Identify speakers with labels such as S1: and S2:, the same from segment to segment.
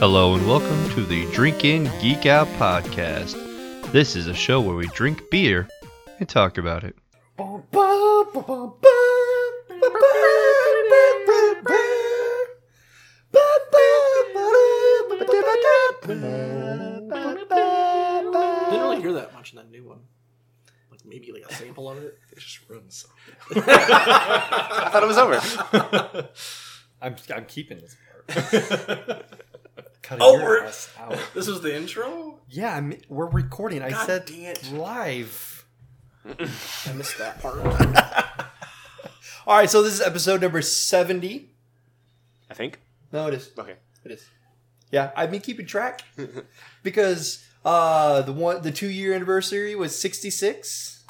S1: Hello and welcome to the Drink In Geek Out podcast. This is a show where we drink beer and talk about it.
S2: Didn't really hear that much in that new one. Like maybe like a sample of it.
S3: They just ruined something.
S4: I thought it was over.
S3: I'm, I'm keeping this part. Cutting
S2: Oh,
S3: your
S2: we're-
S3: ass out.
S2: This was the intro.
S3: Yeah, I'm, we're recording. I
S2: God
S3: said
S2: dang it.
S3: live.
S2: I missed that part.
S3: All right, so this is episode number 70.
S4: I think.
S3: No, it is.
S4: Okay.
S2: it is.
S3: Yeah, I've been keeping track because uh, the one the two year anniversary was 66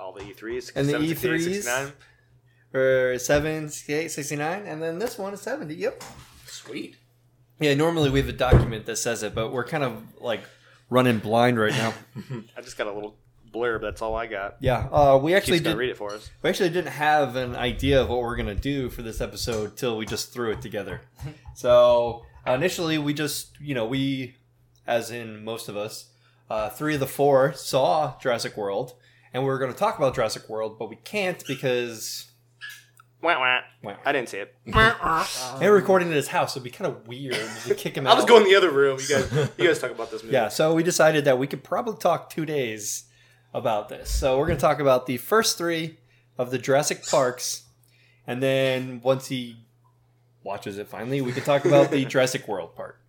S4: All the E E3s.
S3: And the E
S4: 67,
S3: E3s?
S4: 68, 69.
S3: or 7, 68, 69, and then this one is 70. Yep.
S2: Sweet.
S3: Yeah, normally we have a document that says it, but we're kind of like running blind right now.
S4: I just got a little blurb. That's all I got.
S3: yeah, uh, we actually
S4: Keith's
S3: did
S4: going to read it for us.
S3: We actually didn't have an idea of what we're gonna do for this episode till we just threw it together. so uh, initially, we just you know we, as in most of us, uh, three of the four saw Jurassic World, and we were gonna talk about Jurassic World, but we can't because
S4: Wah, wah.
S3: Wah.
S4: I didn't see it.
S3: and we're recording at his house, so it'd be kind of weird to kick him
S4: Um, I
S3: out.
S4: was going the other room. You guys, you guys talk about this movie.
S3: Yeah, so we decided that we could probably talk two days about this. So we're going to talk about the first three of the Jurassic Parks, and then once he watches it finally, we can talk about the Jurassic World part.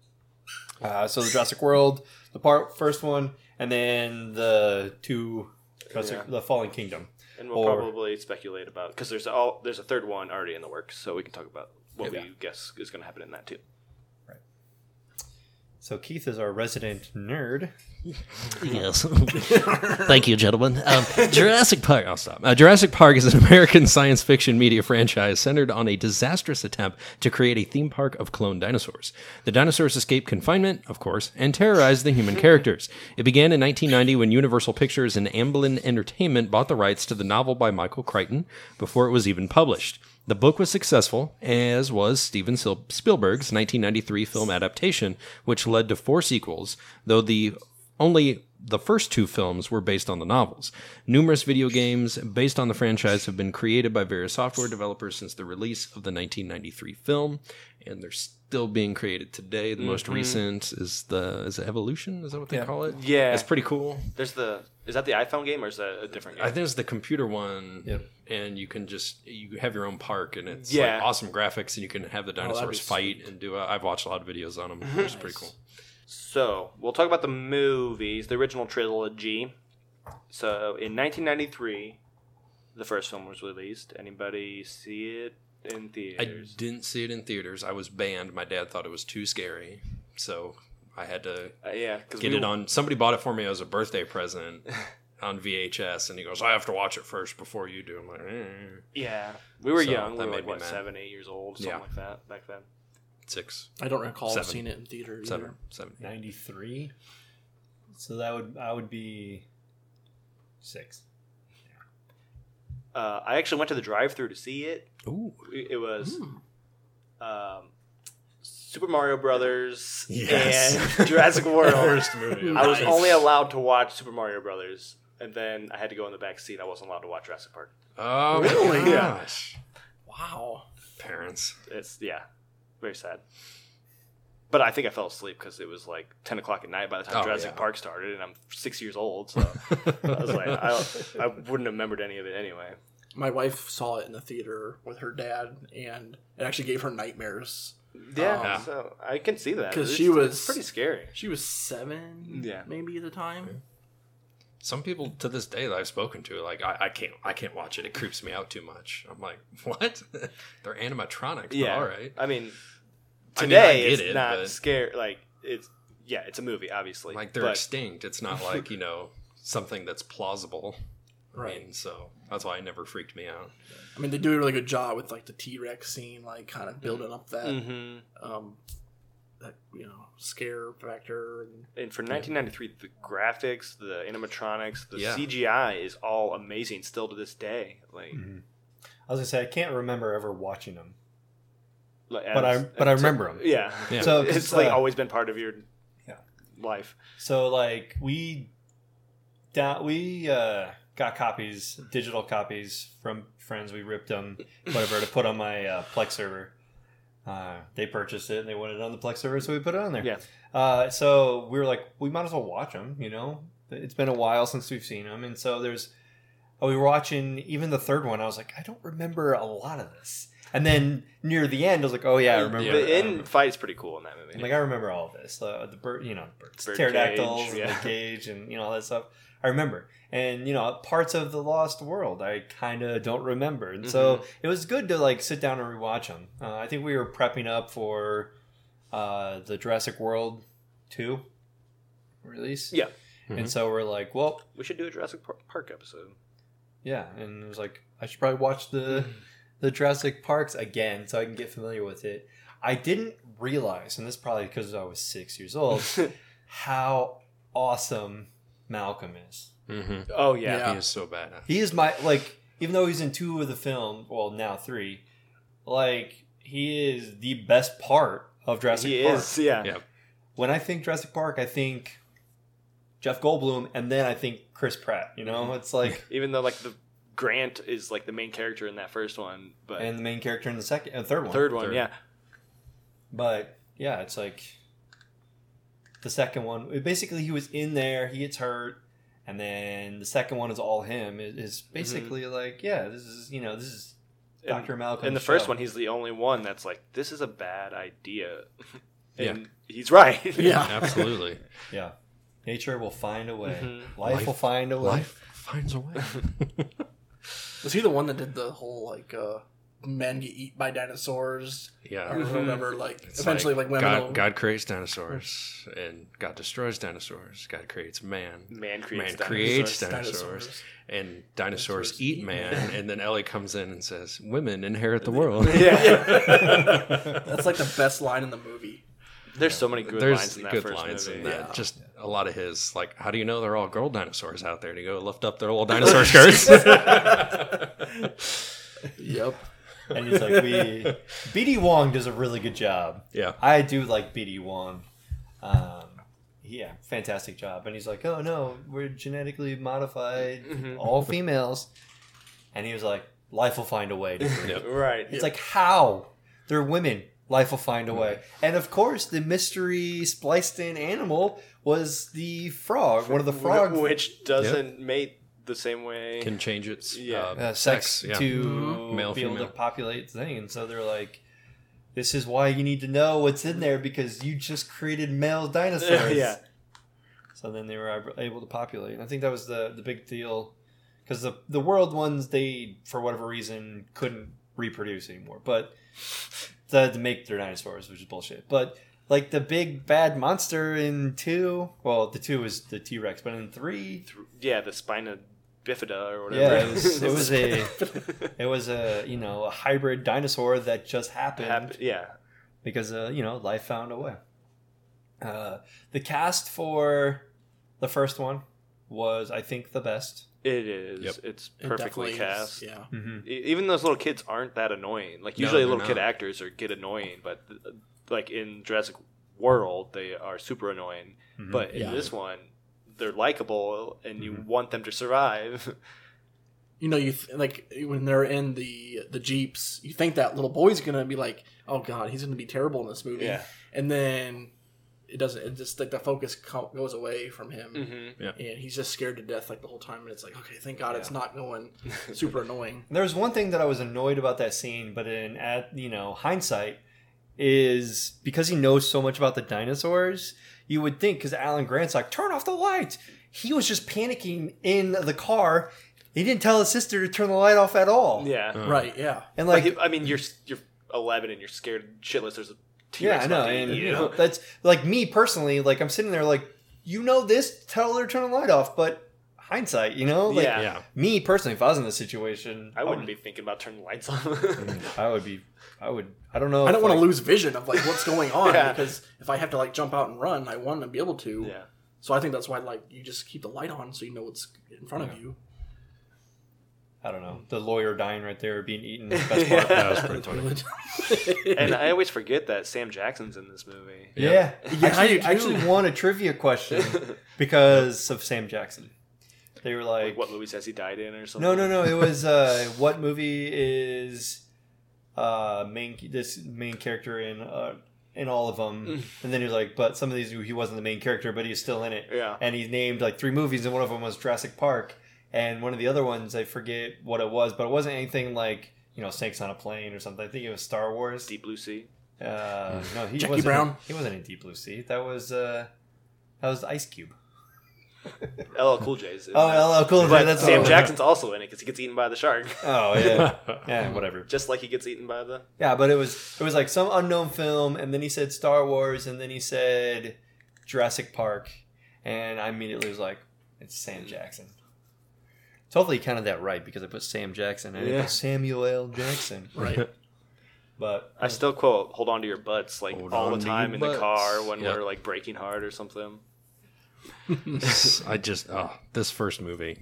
S3: Uh, so the Jurassic World, the part first one, and then the two, Jurassic,
S4: Yeah.
S3: the Fallen Kingdom.
S4: And we'll
S3: Or-
S4: probably speculate about because there's all there's a third one already in the works, so we can talk about what
S3: Yeah.
S4: we guess is going to happen in that too.
S3: So Keith is our resident nerd.
S5: Yes. Thank you, gentlemen. Um, Jurassic Park. I'll stop. Uh, Jurassic Park is an American science fiction media franchise centered on a disastrous attempt to create a theme park of clone dinosaurs. The dinosaurs escaped confinement, of course, and terrorized the human characters. It began in 1990 when Universal Pictures and Amblin Entertainment bought the rights to the novel by Michael Crichton before it was even published. The book was successful, as was Steven Sil- Spielberg's 1993 film adaptation, which led to four sequels, though the only the first two films were based on the novels. Numerous video games based on the franchise have been created by various software developers since the release of the 1993 film, and they're still being created today. The most recent is the is it Evolution? Is that what they call it?
S4: Mm-hmm. Yeah.
S5: it's pretty cool.
S4: There's the is that the iPhone game or is that a different game?
S5: I think it's the computer one,
S3: Yep.
S5: and you can just you have your own park, and it's
S4: Yeah. Oh,
S5: like awesome graphics, and you can have the
S2: be
S5: dinosaurs fight and do. i I've watched a lot of videos on them. It's pretty cool.
S4: So we'll talk about the movies, the original trilogy. So in 1993, the first film was released. Anybody see it in
S5: I
S4: theaters?
S5: didn't see it in theaters. I was banned. My dad thought it was too scary, so I had to
S4: Uh, yeah, because
S5: get it on. Somebody bought it for me as a birthday present on VHS, and he goes, "I have to watch it first before you do." I'm like, "Eh."
S4: Yeah, we were
S5: So
S4: young. We
S5: that
S4: were
S5: made
S4: like
S5: me
S4: what
S5: mad.
S4: seven, eight years old, something
S5: Yeah.
S4: like that back then.
S5: six,
S2: I don't recall
S5: Seven.
S2: seeing it in theater.
S5: seven,
S2: Either.
S5: seven.
S3: 93. So that would I would be six.
S4: Uh, I actually went to the drive-through to see it.
S5: Ooh,
S4: It was
S5: Hmm.
S4: um, Super Mario Brothers
S5: Yes.
S4: and Jurassic World.
S5: first movie.
S4: I was
S2: Nice.
S4: only allowed to watch Super Mario Brothers, and then I had to go in the back seat. I wasn't allowed to watch Jurassic Park.
S5: Oh really?
S2: Really?
S5: Gosh,
S2: Wow.
S5: parents.
S4: It's yeah, very sad. But I think I fell asleep because it was like ten o'clock at night by the time
S5: Oh,
S4: Jurassic
S5: yeah.
S4: Park started, and I'm six years old, so I was like, I, I wouldn't have remembered any of it anyway.
S2: My wife saw it in the theater with her dad, and it actually gave her nightmares.
S4: Yeah,
S5: Um, Yeah.
S4: so I can see that
S2: 'Cause
S4: It's-
S2: she was-
S4: it's pretty scary.
S2: She was seven,
S4: Yeah.
S2: maybe at the time.
S5: Some people to this day that I've spoken to, like I, I can't, I can't watch it. It creeps me out too much. I'm like, what? They're animatronics.
S4: Yeah,
S5: Yeah. all right.
S4: I mean,
S5: I mean,
S4: today
S5: I get
S4: it's
S5: it,
S4: not
S5: but-
S4: scary. Like it's yeah, it's a movie, obviously.
S5: like they're
S4: but
S5: extinct. It's not like you know something that's plausible.
S2: Right.
S5: And so that's why it never freaked me out.
S2: I mean, they do a really good job with like the T Rex scene, like kind of building up
S5: uh,
S2: that
S5: Mm.
S4: Mhm.
S2: um, that you know scare factor. And
S4: And for 1993, the graphics, the animatronics, the
S5: Yeah. Mm-hmm.
S4: CGI is all amazing still to this day. Like,
S3: I was gonna say I can't remember ever watching them.
S4: Like,
S3: But
S4: as-
S3: I- but I remember 'em.
S4: Yeah.
S5: Yeah.
S3: So
S4: it's,
S3: it's,
S4: like
S3: uh,
S4: always been part of your
S3: Yeah.
S4: life.
S3: So like we down we uh, got copies, digital copies from friends. We ripped them, whatever, to put on my uh, Plex server. Uh, they purchased it and they wanted it on the Plex server, so we put it on there.
S4: Yeah.
S3: Uh, so we were like, we might as well watch them. You know, it's been a while since we've seen them, and so there's. uh, We were watching even the third one. I was like, I don't remember a lot of this. And then near the end, I was like, Oh yeah, I remember. I
S4: the
S3: remember.
S4: end fight's pretty cool in that movie.
S3: I'm like I remember all of this, uh, the bird, you know, birds,
S4: Bird
S3: pterodactyls,
S4: cage,
S3: and
S4: yeah.
S3: the cage, and you know all that stuff. I remember, and you know, parts of the Lost World I kind of don't remember, and
S4: Mm-hmm.
S3: so it was good to like sit down and rewatch them. Uh, I think we were prepping up for uh, the Jurassic World two release,
S4: Yeah.
S5: Mhm.
S3: and so we're like, well,
S4: we should do a Jurassic Par- Park episode.
S3: yeah, and it was like I should probably watch the
S4: Hmm.
S3: the Jurassic Parks again so I can get familiar with it. I didn't realize, and this is probably because I was six years old, how awesome Malcolm is.
S5: Mhm.
S4: Oh yeah.
S2: Yeah.
S5: He is so bad.
S3: He is my like, even though he's in two of the film, well now three, like he is the best part of Jurassic
S4: He
S3: Park.
S4: is, yeah.
S5: Yeah.
S3: When I think Jurassic Park, I think Jeff Goldblum, and then I think Chris Pratt. You
S4: Mm-hmm.
S3: know, it's like.
S4: Even though like the Grant is like the main character in that first one, but
S3: And the main character in the second, uh, third one,
S4: third one,
S5: Third.
S4: yeah.
S3: But yeah, it's like the second one. Basically, he was in there. He gets hurt, and then the second one is all him. It- It's basically like, yeah, this is you know this is
S4: Mm-hmm. And-
S3: Doctor Malcolm.
S4: In the first one, he's the only one that's like, "This is a bad idea,"
S5: Yeah.
S4: and he's right.
S2: Yeah.
S5: Absolutely.
S3: yeah, nature will find a way.
S4: Mhm.
S3: Life,
S5: Life-
S3: will find a way.
S5: Life finds a way.
S2: Was he the one that did the whole like uh men get eat by dinosaurs
S5: yeah.
S2: or
S4: Mm-hmm.
S2: whatever? Like
S5: It's
S2: eventually, like,
S5: like,
S2: women. will-
S5: God, God creates dinosaurs and God destroys dinosaurs. God creates man.
S4: man creates
S5: man
S4: dinosaurs.
S5: creates dinosaurs,
S2: dinosaurs.
S5: and dinosaurs,
S2: Dinosaurs
S5: eat
S2: eat
S5: man.
S2: man.
S5: And then Ellie comes in and says, "Women inherit the world."
S4: Yeah,
S2: That's like the best line in the movie.
S4: there's so many good
S5: There's
S4: lines in that
S5: good
S4: first
S5: lines
S4: movie.
S5: in that.
S2: Yeah.
S5: Just a lot of his like, how do you know they're all girl dinosaurs out there? To go lift up their little dinosaur skirts.
S2: Yep.
S3: And he's like, we. BD Wong does a really good job.
S5: yeah.
S3: I do like BD Wong. Um, yeah, fantastic job. And he's like, oh no, we're genetically modified,
S4: Mm-hmm.
S3: all females. And he was like, life will find a way. To breed.
S5: Yep.
S4: Right.
S3: It's like, how? They're women. Life will find a way. And of course, the mystery spliced in animal was the frog, one of the frog
S4: which doesn't mate the same way.
S5: Can change its
S4: Yeah.
S5: uh,
S3: uh, sex,
S5: yeah.
S3: to
S5: Mm-hmm. Male,
S3: be able
S5: female.
S3: to populate the thing. And so they're like, this is why you need to know what's in there because you just created male dinosaurs.
S4: yeah.
S3: So then they were ab- able to populate. And I think that was the the big deal because the the world ones they for whatever reason couldn't reproduce anymore, but they had to make their dinosaurs, which is bullshit. But like the big bad monster in two, well, the two is the T Rex, but in three,
S4: Th- Yeah, the spina bifida or whatever.
S3: yeah, it was, it was a it was a you know a hybrid dinosaur that just happened
S4: Hap- yeah.
S3: because uh, you know life found a way. Uh, the cast for the first one was, I think, the best.
S4: It is.
S5: Yep.
S4: It's
S2: It definitely
S4: perfectly
S2: is,
S4: cast.
S2: Yeah.
S3: Mm-hmm.
S4: E- Even those little kids aren't that annoying. Like
S5: No,
S4: usually,
S5: they're
S4: little kid
S5: not.
S4: actors are get annoying, but th- like in Jurassic World, they are super annoying.
S5: Mm-hmm.
S3: Mhm.
S4: But in
S2: Yeah.
S4: this one, they're likable, and
S5: Mm-hmm.
S4: you want them to survive.
S2: You know, you th- like when they're in the the jeeps, you think that little boy's gonna be like, "Oh God, he's gonna be terrible in this movie,"
S4: Yeah.
S2: and then it doesn't. It just like the focus co- goes away from him.
S4: mm-hmm.
S2: and he's just scared to death like the whole time and it's like okay thank god it's not going super annoying
S3: There was one thing that I was annoyed about that scene, but in at you know hindsight, is because he knows so much about the dinosaurs, you would think because Alan Grant's like, turn off the lights. He was just panicking in the car. He didn't tell his sister to turn the light off at all.
S4: Yeah.
S5: Uh.
S2: right yeah
S3: and
S4: Like,
S3: like,
S4: I mean, you're you're 11 and you're scared shitless. There's a
S3: yeah,
S4: T-Rex
S3: I know,
S4: about to eat
S3: and
S4: you.
S3: you know, that's like me personally. Like I'm sitting there, like you know this, tell her to turn the light off. But hindsight, you know, like
S4: Yeah.
S5: Um, Yeah.
S3: me personally, if I was in this situation,
S4: I wouldn't be thinking about turning lights on.
S3: I would be. I would. I don't know.
S2: i don't want to
S3: to
S2: lose vision of like what's going on
S4: Yeah.
S2: because if i have to like jump out and run i want to be able to
S4: yeah.
S2: so i think that's why like you just keep the light on so you know what's in front of you
S3: I don't know, the lawyer dying right there, being eaten. is the Best
S4: Yeah.
S3: part.
S5: That was pretty funny.
S4: and I always forget that Sam Jackson's in this movie.
S3: Yeah.
S2: Yeah, I do
S3: actually,
S2: too.
S3: I actually won a trivia question because of Sam Jackson. They were like,
S4: Like what movie says he died in or something.
S3: No, no, no. It was uh, what movie is uh, main this main character in uh, in all of them? And then he was like, but some of these he wasn't the main character, but he's still in it.
S4: Yeah.
S3: And he named like three movies, and one of them was Jurassic Park, and one of the other ones I forget what it was, but it wasn't anything like you know Snakes on a Plane or something. I think it was Star Wars.
S4: Deep Blue Sea.
S3: Uh, no, he
S2: Jackie
S3: wasn't,
S2: Brown.
S3: He wasn't in Deep Blue Sea. That was uh, that was Ice Cube.
S4: LL Cool J's. in this.
S3: Oh, LL Cool J.
S4: But
S3: That's
S4: Sam
S3: oh,
S4: Jackson's also in it because he gets eaten by the shark,
S3: Oh yeah, yeah, whatever.
S4: just like he gets eaten by the.
S3: Yeah, but it was it was like some unknown film, and then he said Star Wars, and then he said Jurassic Park, and I immediately was like, it's Sam Jackson. So hopefully he counted that right because I put Sam Jackson and
S4: Yeah.
S3: put Samuel L. Jackson.
S2: Right.
S3: But
S4: I still quote "Hold on to your butts" like
S5: Hold
S4: all
S5: on
S4: the
S5: to
S4: time
S5: your
S4: in the
S5: butts.
S4: car when
S5: Yeah.
S4: we're like breaking hard or something.
S5: I just oh, this first movie.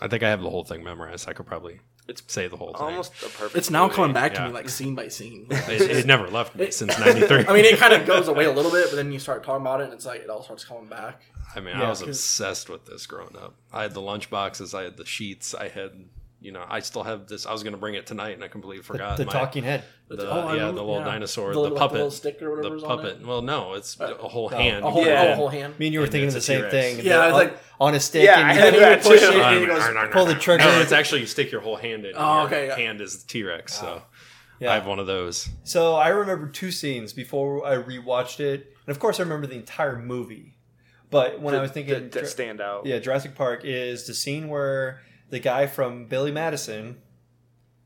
S5: I think I have the whole thing memorized. I could probably
S4: It's
S5: say the whole thing.
S4: almost a perfect.
S2: It's now
S4: movie.
S2: coming back to
S5: Yeah.
S2: me like scene by scene.
S5: It, it never left me
S2: It-
S5: since '93.
S2: I mean, it kind of goes away a little bit, but then you start talking about it, and it's like it all starts coming back.
S5: I mean,
S3: Yeah,
S5: I was
S2: 'cause-
S5: obsessed with this growing up. I had the lunch boxes, I had the sheets, I had, you know, I still have this. I was going to bring it tonight, and I completely forgot
S3: the
S5: my-
S3: talking head.
S5: the-
S2: Oh, I
S5: yeah,
S2: remember-
S5: the little
S2: yeah.
S5: dinosaur,
S2: The
S5: the,
S2: little- like the
S5: puppet,
S2: little stick or whatever was on Uh,
S5: puppet. Well, no, it's a whole hand.
S2: A whole,
S4: Yeah.
S2: oh, a whole hand.
S3: Me and you were
S5: And
S3: thinking
S5: it's
S3: the
S5: a
S3: same
S5: T-Rex.
S3: thing.
S2: Yeah, I was
S3: on,
S2: like-
S3: on a stick.
S4: Yeah,
S3: and
S4: I
S3: you-
S4: had
S2: And then
S4: that
S2: you push
S4: too.
S2: it,
S5: Arr,
S2: and he goes,
S5: arr, arr,
S3: pull the
S5: arr.
S3: trigger.
S5: No, it's actually you stick your whole hand in.
S2: Oh,
S5: your
S2: okay, yeah. Oh.
S5: Hand is T Rex, so
S3: Yeah.
S5: I have one of those.
S3: So I remember two scenes before I rewatched it, and of course I remember the entire movie. But when
S4: The-
S3: I was thinking,
S4: the- that stand out.
S3: Yeah, Jurassic Park is the scene where the guy from Billy Madison,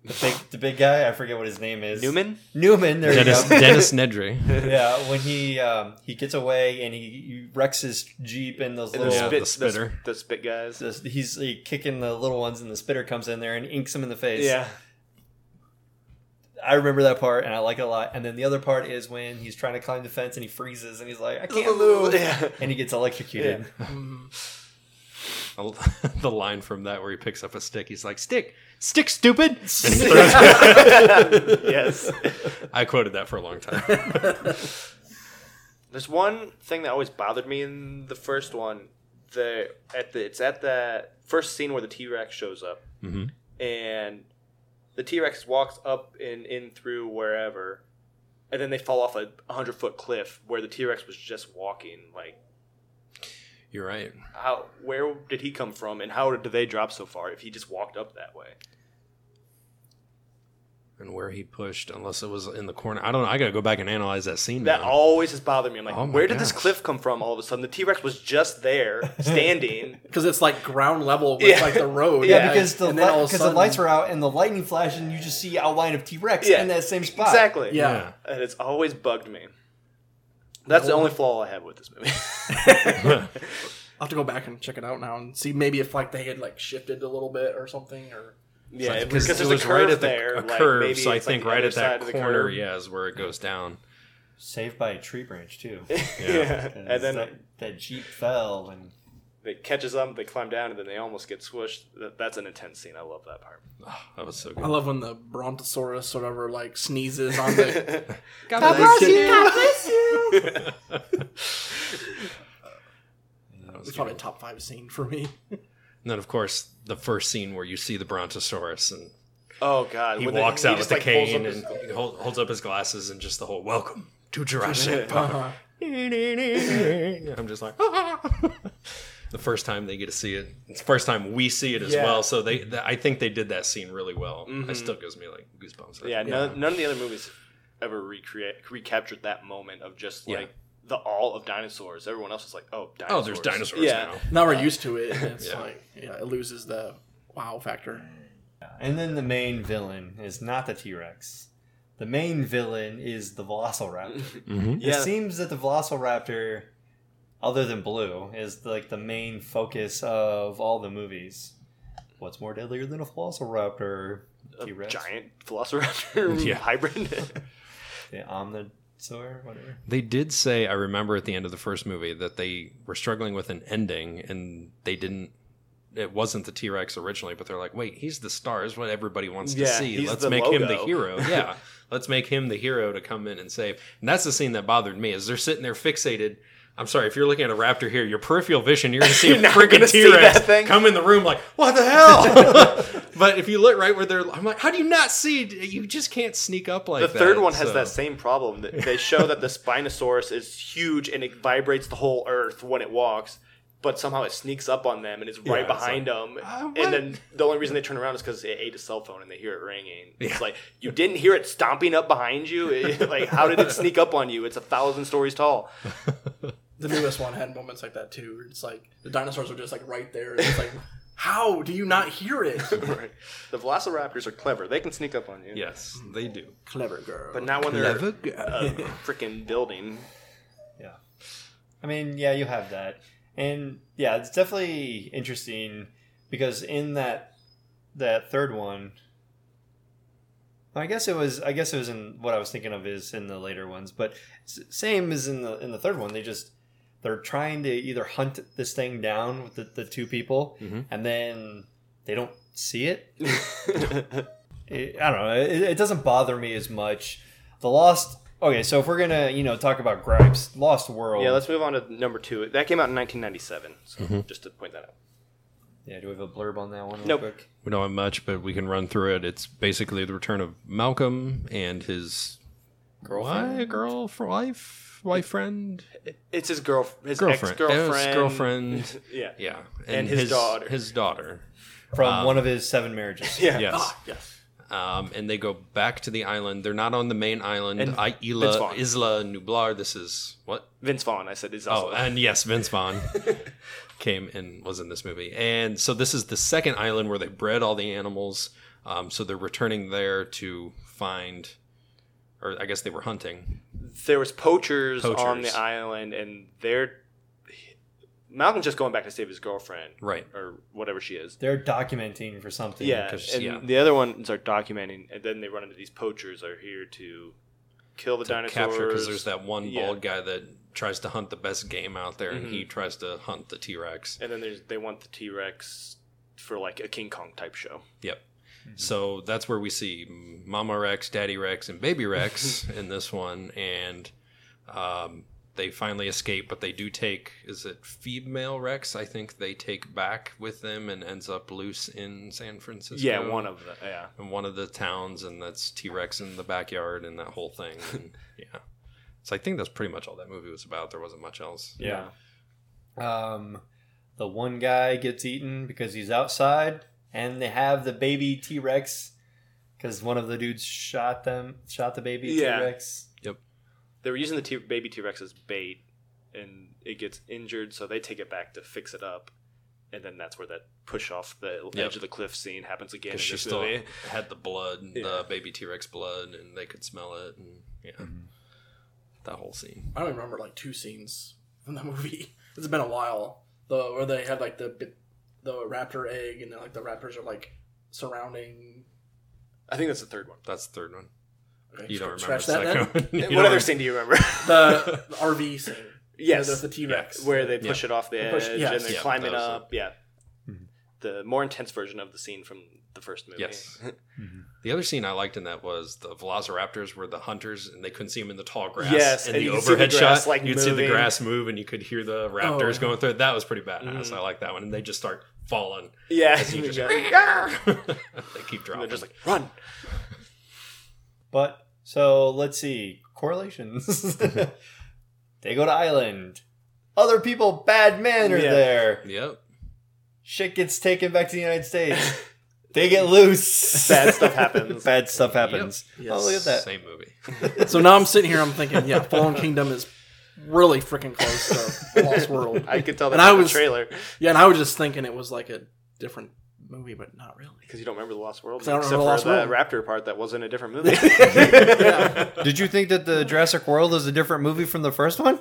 S3: the big, the big guy, I forget what his name is.
S4: Newman.
S3: Newman. There
S5: Dennis,
S3: you go.
S5: Dennis Nedry.
S3: yeah, when he um, he gets away and he, he wrecks his jeep and those
S4: And
S3: little.
S5: Yeah,
S4: the,
S5: the
S4: spit, the
S5: spitter.
S4: The, spit guys.
S3: those- He's like, kicking the little ones, and the spitter comes in there and inks him in the face.
S4: yeah.
S3: I remember that part, and I like it a lot. And then the other part is when he's trying to climb the fence and he freezes, and he's like, "I can't move,"
S4: Yeah.
S3: and he gets electrocuted.
S5: the line from that where he picks up a stick, he's like, "Stick, stick, stupid." And he throws
S4: yes.
S5: it. I quoted that for a long time.
S4: There's one thing that always bothered me in the first one. The at the it's at the first scene where the T Rex shows up,
S5: Mhm.
S4: and the T Rex walks up and in through wherever, and then they fall off a hundred foot cliff where the T Rex was just walking. Like
S5: You're right.
S4: how where did he come from, and how did they drop so far if he just walked up that way?
S5: and where he pushed, unless it was in the corner. I don't know. I gotta go back and analyze that scene.
S4: That
S5: now.
S4: always has bothered me. I'm like,
S5: Oh my
S4: where did this
S5: gosh.
S4: cliff come from? All of a sudden, the T Rex was just there, standing.
S2: Because it's like ground level with
S4: Yeah.
S2: like the road.
S3: Yeah,
S2: like,
S3: because the
S2: and then all
S3: li-
S2: of a
S3: because the
S2: sudden-
S3: lights were out and the lightning flashed and you just see outline of T Rex
S4: Yeah,
S3: in that same spot.
S4: exactly.
S2: Yeah.
S5: Yeah.
S4: and it's always bugged me. That's the only flaw I have with this movie.
S2: I'll have to go back and check it out now and see maybe if like they had like shifted a little bit or something or
S4: yeah,
S5: because
S4: because
S5: it
S4: there's
S5: was
S4: a
S5: right
S4: curve
S5: at the,
S4: there,
S5: a
S4: like,
S5: curve.
S4: maybe
S5: so I
S4: it's, like,
S5: think
S4: the
S5: right
S4: other
S5: at
S4: side
S5: that
S4: of the
S5: corner,
S4: curve.
S5: yeah, is where it goes down.
S3: Saved by a tree branch too.
S4: Yeah, and then
S3: that, that jeep fell and
S4: it catches them. They climb down, and then they almost get swooshed. That- That's an intense scene. I love that part.
S5: Oh, that was so
S2: I
S5: good.
S2: love when the brontosaurus or whatever like sneezes on the
S5: God
S2: bless you, God
S5: bless you. that was
S2: it's
S5: good.
S2: probably a top five scene for me.
S5: And then, of course, the first scene where you see the Brontosaurus and
S4: Oh God,
S5: he
S4: when they-
S5: walks
S4: he
S5: out
S4: just,
S5: with the
S4: like, pulls up
S5: cane
S4: his-
S5: and he hold, holds up his glasses and just the whole welcome to Jurassic Park. I'm just like, "Ah." the first time they get to see it, it's the first time we see it as
S4: Yeah. Mm-hmm.
S5: well. So they, th I think they did that scene really well. It still gives me like goosebumps.
S4: yeah, None, none of the other movies ever recreate recaptured that moment of just like the all of dinosaurs. Everyone else is like, oh,
S5: Oh,
S4: dinosaurs.
S5: there's dinosaurs
S4: Yeah.
S5: now.
S2: Now we're used to it. And it's
S5: Yeah.
S2: like yeah, it loses the wow factor.
S3: and then the main villain is not the T Rex. The main villain is the Velociraptor.
S4: Yeah.
S3: It seems that the Velociraptor, other than Blue, is like the main focus of all the movies. What's more deadlier than a Velociraptor?
S4: A
S3: T-Rex?
S4: giant velociraptor
S5: Yeah.
S4: hybrid.
S3: The Omnisaur, whatever.
S5: They did say, I remember at the end of the first movie that they were struggling with an ending and they didn't. it wasn't the T Rex originally, but they're like, wait, he's the star. Is what everybody wants to
S4: Yeah,
S5: see.
S4: he's
S5: Let's
S4: the
S5: make him the
S4: logo."
S5: hero. Yeah, let's make him the hero to come in and save. And that's the scene that bothered me is they're sitting there fixated. I'm sorry if you're looking at a raptor here, your peripheral vision, you're gonna see a
S4: You're not gonna
S5: freaking
S4: see
S5: T Rex
S4: that thing.
S5: come in the room like, what the hell? but if you look right where they're, I'm like, how do you not see? You just can't sneak up like
S4: The
S5: that.
S4: third one has
S5: so-
S4: that same problem. That They show that the Spinosaurus is huge and it vibrates the whole earth when it walks, but somehow it sneaks up on them and it's right
S5: it's "Uh,
S4: behind them.
S5: what?
S4: and then the only reason they turn around is because it ate a cell phone and they hear it ringing. It's like, you didn't hear it stomping up behind you? It- like, how did it sneak up on you? It's a thousand stories tall.
S2: The newest one had moments like that too. Where it's like the dinosaurs are just like right there. And it's like, how do you not hear it?
S4: Right. The velociraptors are clever. They can sneak up on you.
S5: Yes, they do.
S2: Clever girl.
S4: But not when
S1: Clever
S4: they're a freaking building.
S3: Yeah. I mean, yeah, you have that. And yeah, it's definitely interesting because in that that third one I guess it was I guess it was in what I was thinking of is in the later ones, but s- same as in the in the third one, they just they're trying to either hunt this thing down with the, the two people
S5: Mhm.
S3: and then they don't see it it, I don't know. It, it doesn't bother me as much. The Lost. Okay, so if we're gonna you know talk about gripes, Lost World.
S4: Yeah, let's move on to number two. That came out in 1997, so
S5: Mm-hmm.
S4: just to point that out.
S3: Yeah, do we have a blurb on that one? Real
S4: Nope.
S3: Quick?
S5: We don't have much, but we can run through it. It's basically the return of Malcolm and his
S3: Girlfriend?
S5: Why- girl for wife, wife friend,
S4: It's his girl, his
S5: girlfriend,
S4: ex-girlfriend,
S5: His girlfriend.
S4: Yeah,
S5: Yeah,
S4: And his daughter.
S5: his daughter.
S3: From
S4: Um,
S3: one of his seven marriages.
S4: yeah.
S5: Yes,
S2: Ah, yes.
S5: um, and they go back to the island. They're not on the main island.
S4: And
S5: I,
S4: Vince
S5: Isla,
S4: Vaughn.
S5: Isla Nublar. This is what?
S4: Vince Vaughn, I said, is
S5: Oh,
S4: also.
S5: and yes, Vince Vaughn came and was in this movie. And so this is the second island where they bred all the animals. Um, so they're returning there to find, or I guess they were hunting.
S4: there was poachers, on
S5: Poachers.
S4: the island, and they're Malcolm's just going back to save his girlfriend,
S5: Right.
S4: or whatever she is.
S3: They're documenting for something.
S4: Yeah,
S5: 'cause-
S4: and
S5: yeah.
S4: the other ones are documenting, and then they run into these poachers are here to kill the dinosaurs.
S5: capture because there's that one
S4: Yeah. Mm-hmm.
S5: bald guy that tries to hunt the best game out there, and he tries to hunt the T Rex.
S4: and then there's, they want the T Rex for like a King Kong type show.
S5: Yep.
S4: Mm-hmm.
S5: So that's where we see Mama Rex, Daddy Rex, and Baby Rex in this one, and um, they finally escape. But they do take—is it female Rex? I think they take back with them and ends up loose in San Francisco.
S4: Yeah, one of the yeah.
S5: in one of the towns, and that's T Rex in the backyard and that whole thing. And, yeah. So I think that's pretty much all that movie was about. There wasn't much else.
S3: Yeah. Um, the one guy gets eaten because he's outside, and they have the baby T Rex because one of the dudes shot them, shot the baby
S4: Yeah.
S3: T Rex.
S4: they were using the t- baby T Rex as bait, and it gets injured, so they take it back to fix it up, and then that's where that push off the
S5: Yep.
S4: edge of the cliff scene happens again. In
S5: because she
S4: this
S5: still
S4: movie.
S5: had the blood,
S4: Yeah.
S5: the baby T Rex blood, and they could smell it, and yeah,
S3: Mm-hmm.
S5: that whole scene.
S2: I don't even remember like two scenes from that movie. It's been a while. The where they have like the bi- the raptor egg and then, like the raptors are like surrounding.
S4: I think that's the third one.
S5: That's the third one.
S2: Okay,
S5: You don't
S2: scr-
S5: remember the
S2: scratch that
S5: second
S2: then.
S5: one. You
S4: what
S5: don't
S4: other scene do you remember?
S2: The, the RV scene.
S4: yes,
S2: the, the T Rex.
S4: where they push it off the
S2: They
S4: edge
S2: push- yes.
S4: and they're
S5: Yeah,
S4: climbing
S5: that was
S4: up. Yeah, the more intense version of the scene from the first movie.
S5: Yes.
S3: Mm-hmm.
S5: The other scene I liked in that was the Velociraptors were the hunters, and they couldn't see them in the tall grass.
S4: Yes,
S5: and,
S4: and
S5: the
S4: you could see the
S5: overhead
S4: grass,
S5: shot,
S4: like,
S5: you'd see the
S4: moving.
S5: grass move, and you could hear the raptors
S2: Oh.
S5: going through. it. That was pretty badass.
S4: Mm-hmm.
S5: I like that one, and they just start falling.
S4: yeah,
S5: And you just,
S4: yeah.
S5: they keep
S4: And
S5: dropping.
S4: they're just like run.
S3: But so let's see correlations. they go to island. Other people, bad men, are
S4: Yeah.
S3: there.
S5: yep.
S3: Shit gets taken back to the United States. they get loose.
S4: Bad stuff happens.
S3: Bad stuff happens.
S2: Yep.
S3: Oh, look at that.
S5: Same movie.
S2: So now I'm sitting here. I'm thinking, yeah, Fallen Kingdom is really freaking close to Lost World.
S4: I could tell that
S2: And I
S4: from
S2: was-
S4: the trailer
S2: yeah, and I was just thinking it was like a different movie, but not really.
S4: because you don't remember the Lost World
S2: 'Cause I don't
S4: except for
S2: remember
S4: the
S2: the Lost
S4: raptor part that was in a different movie.
S3: Did you think that the Jurassic World is a different movie from the first one?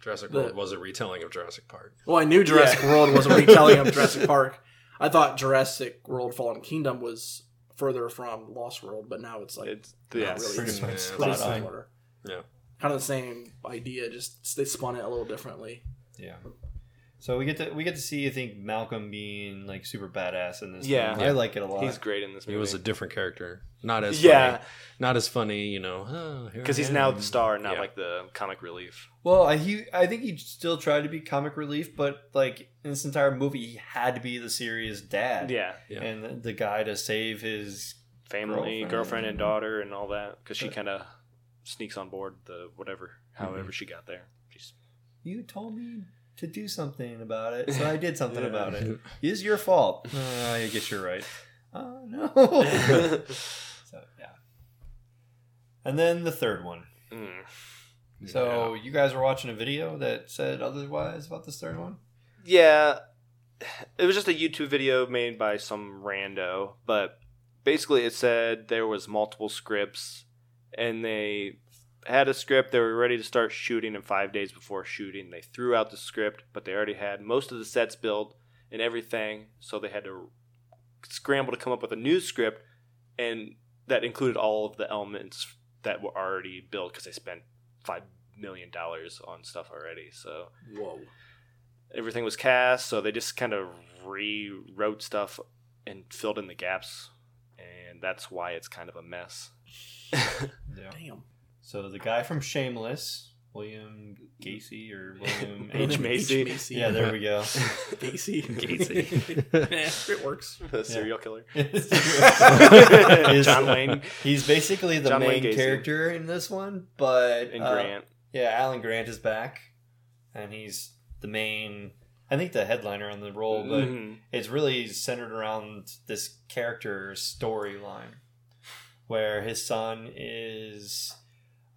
S5: Jurassic
S2: The-
S5: World was a retelling of Jurassic Park.
S2: Well, I knew Jurassic World was a retelling of Jurassic Park. I thought Jurassic World Fallen Kingdom was further from Lost World, but now it's like
S4: It's-
S2: not
S4: yeah,
S2: really.
S3: pretty
S2: It's
S3: much
S2: pretty
S3: spot
S2: similar.
S5: Yeah.
S2: Kind of the same idea, just they spun it a little differently.
S3: Yeah. So we get to we get to see I think Malcolm being like super badass in this.
S4: Yeah.
S3: movie. I like it a lot.
S4: He's great in this
S5: He
S4: movie.
S5: was a different character, not as
S4: yeah,
S5: funny, not as funny. You know, Oh,
S4: because he's now the star, not
S5: Yeah.
S4: like the comic relief.
S3: Well, I, he I think he still tried to be comic relief, but like in this entire movie, he had to be the serious dad.
S4: Yeah,
S5: Yeah.
S3: and the, the guy to save his.
S4: family,
S3: Girlfriend.
S4: girlfriend, and daughter, and all that. Because she kind of sneaks on board the whatever,
S5: Mm-hmm.
S4: however she got there. She's
S3: You told me to do something about it, so I did something about it. It is your fault. Uh, I guess you're right. Oh no. so yeah. And then the third one.
S4: mm.
S3: So you guys were watching a video that said otherwise about this third one.
S4: Yeah, it was just a YouTube video made by some rando, but basically it said there was multiple scripts, and they had a script. They were ready to start shooting, and five days before shooting, they threw out the script, but they already had most of the sets built and everything, so they had to scramble to come up with a new script, and that included all of the elements that were already built because they spent five million dollars on stuff already. So
S2: Whoa.
S4: everything was cast, so they just kind of rewrote stuff and filled in the gaps, and that's why it's kind of a mess.
S3: Yeah.
S2: Damn.
S3: So the guy from Shameless, William Gacy or William
S4: H.
S3: H.
S4: Macy.
S2: Macy.
S3: Yeah, there we go.
S2: Gacy.
S5: Gacy.
S2: yeah, it works.
S4: the serial killer,
S3: Is-
S4: John Wayne
S3: He's basically the
S4: John
S3: main
S4: Wayne Gacy.
S3: character in this one, but
S4: and
S3: uh,
S4: Grant.
S3: yeah, Alan Grant is back, and he's the main. I think the headliner on the role, but
S4: Mhm.
S3: it's really centered around this character's storyline where his son is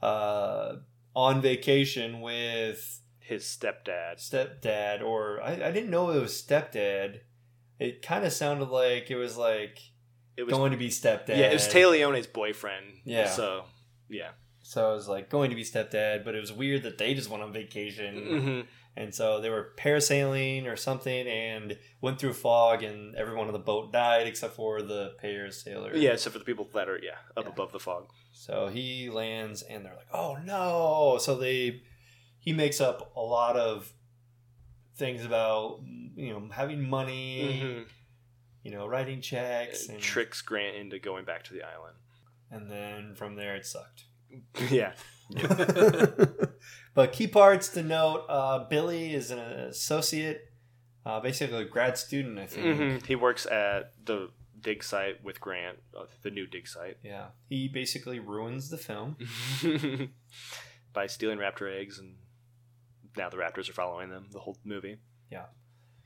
S3: uh, on vacation with
S4: His stepdad.
S3: stepdad or I, I didn't know it was stepdad it kind of sounded like it was like
S4: It was
S3: going to be stepdad
S4: yeah, it was Tay Leone's boyfriend.
S3: Yeah.
S4: So yeah,
S3: so I was like going to be stepdad but it was weird that they just went on vacation
S4: hmm
S3: and so they were parasailing or something and went through fog and everyone on the boat died except for the parasailer
S4: yeah. Except for the people that are yeah up
S3: Yeah.
S4: above the fog.
S3: So he lands, and they're like, "Oh no!" So they he makes up a lot of things about you know having money,
S4: Mhm.
S3: you know, writing checks, and,
S4: It tricks Grant into going back to the island.
S3: and then from there it sucked.
S4: yeah,
S3: but key parts to note: uh, Billy is an associate, uh, basically a grad student, I think.
S4: hmm he works at the dig site with Grant, uh, the new dig site.
S3: Yeah, he basically ruins the film.
S4: by stealing raptor eggs, and now the raptors are following them the whole movie.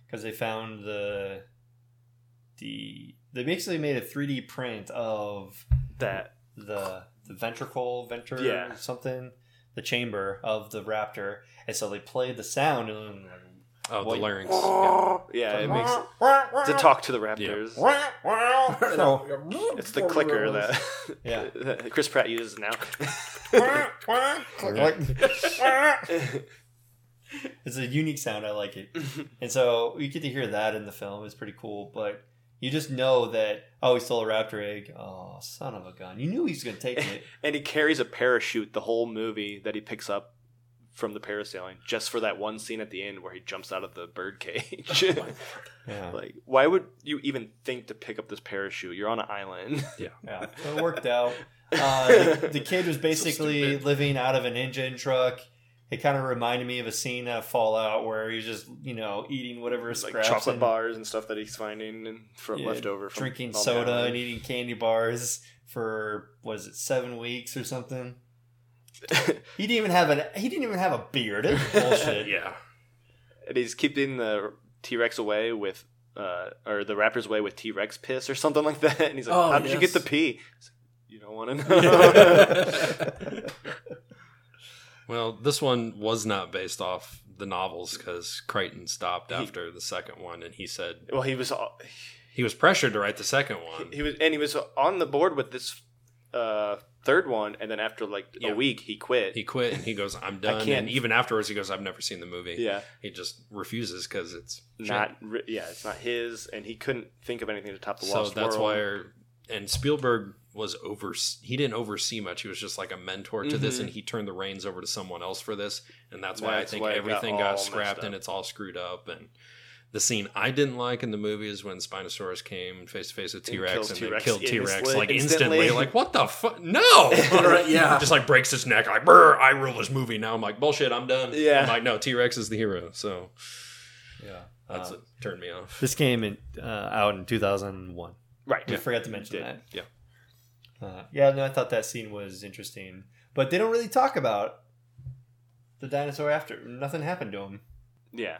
S3: because they found the the they basically made a 3D print of
S4: That
S3: the the ventricle ventre
S4: Yeah.
S3: something the chamber of the raptor and so they played the sound and
S5: oh, the
S3: Well,
S5: larynx.
S4: yeah, it makes to talk to the raptors. Oh, It's the clicker that
S3: Yeah.
S4: that Chris Pratt uses now.
S3: it's a unique sound I like it and so you get to hear that in the film it's pretty cool but you just know that oh he stole a raptor egg oh son of a gun you knew he was gonna take it
S4: and he carries a parachute the whole movie that he picks up from the parasailing just for that one scene at the end where he jumps out of the bird cage.
S3: yeah.
S4: like, why would you even think to pick up this parachute? You're on an island.
S3: Yeah, so it worked out. Uh, the, the kid was basically
S5: stupid.
S3: living out of an engine truck. It kind of reminded me of a scene out of Fallout where he's just, you know, eating whatever
S4: like
S3: scraps
S4: chocolate
S3: and
S4: bars and stuff that he's finding and from
S3: Yeah,
S4: leftover from
S3: drinking
S4: Long
S3: soda
S4: Island.
S3: and eating candy bars for what is it, seven weeks or something? He didn't even have an he didn't even have a beard. It was bullshit.
S5: Yeah.
S4: and he's keeping the T Rex away with, uh, or the raptor's away with T Rex piss or something like that. And he's like,
S2: Oh,
S4: "How did you
S2: yes.
S4: get the pee?" He's like, you don't want to know.
S5: Well, this one was not based off the novels because Crichton stopped
S4: He-
S5: after the second one, and he said
S4: well, he was all-
S5: he was pressured to write the second one.
S4: he was and he was on the board with this uh, third one, and then after like
S5: Yeah.
S4: a week, he quit.
S5: He quit and he goes, "I'm done."
S4: can't-
S5: And even afterwards, he goes, "I've never seen the movie."
S4: yeah,
S5: He just refuses because it's shit.
S4: not ri- yeah, it's not his, and he couldn't think of anything to top the
S5: So
S4: Lost
S5: that's
S4: World.
S5: why, and Spielberg was over he didn't oversee much he was just like a mentor to this
S4: Mhm.
S5: and he turned the reins over to someone else for this and that's why
S4: That's
S5: i think
S4: why it got
S5: everything
S4: all
S5: got,
S4: messed
S5: scrapped
S4: up.
S5: and it's all screwed up and the scene i didn't like in the movie is when spinosaurus came face to face with t-rex
S4: kills
S5: and,
S4: T-Rex
S5: they killed t-rex
S4: instantly-
S5: like
S4: instantly.
S5: instantly, like what the fuck no
S2: Right, yeah.
S5: just like breaks his neck like "Brr, i rule this movie now i'm like bullshit i'm done
S4: Yeah.
S5: I'm like no t-rex is the hero so
S3: Yeah.
S5: that's
S3: Uh,
S5: what turned me off
S3: This came in, uh, out in 2001.
S4: Right.
S3: I forgot to mention
S4: Did.
S3: that.
S5: Yeah.
S3: Uh, yeah, no, I thought that scene was interesting. But they don't really talk about the dinosaur after. Nothing happened to him.
S4: Yeah.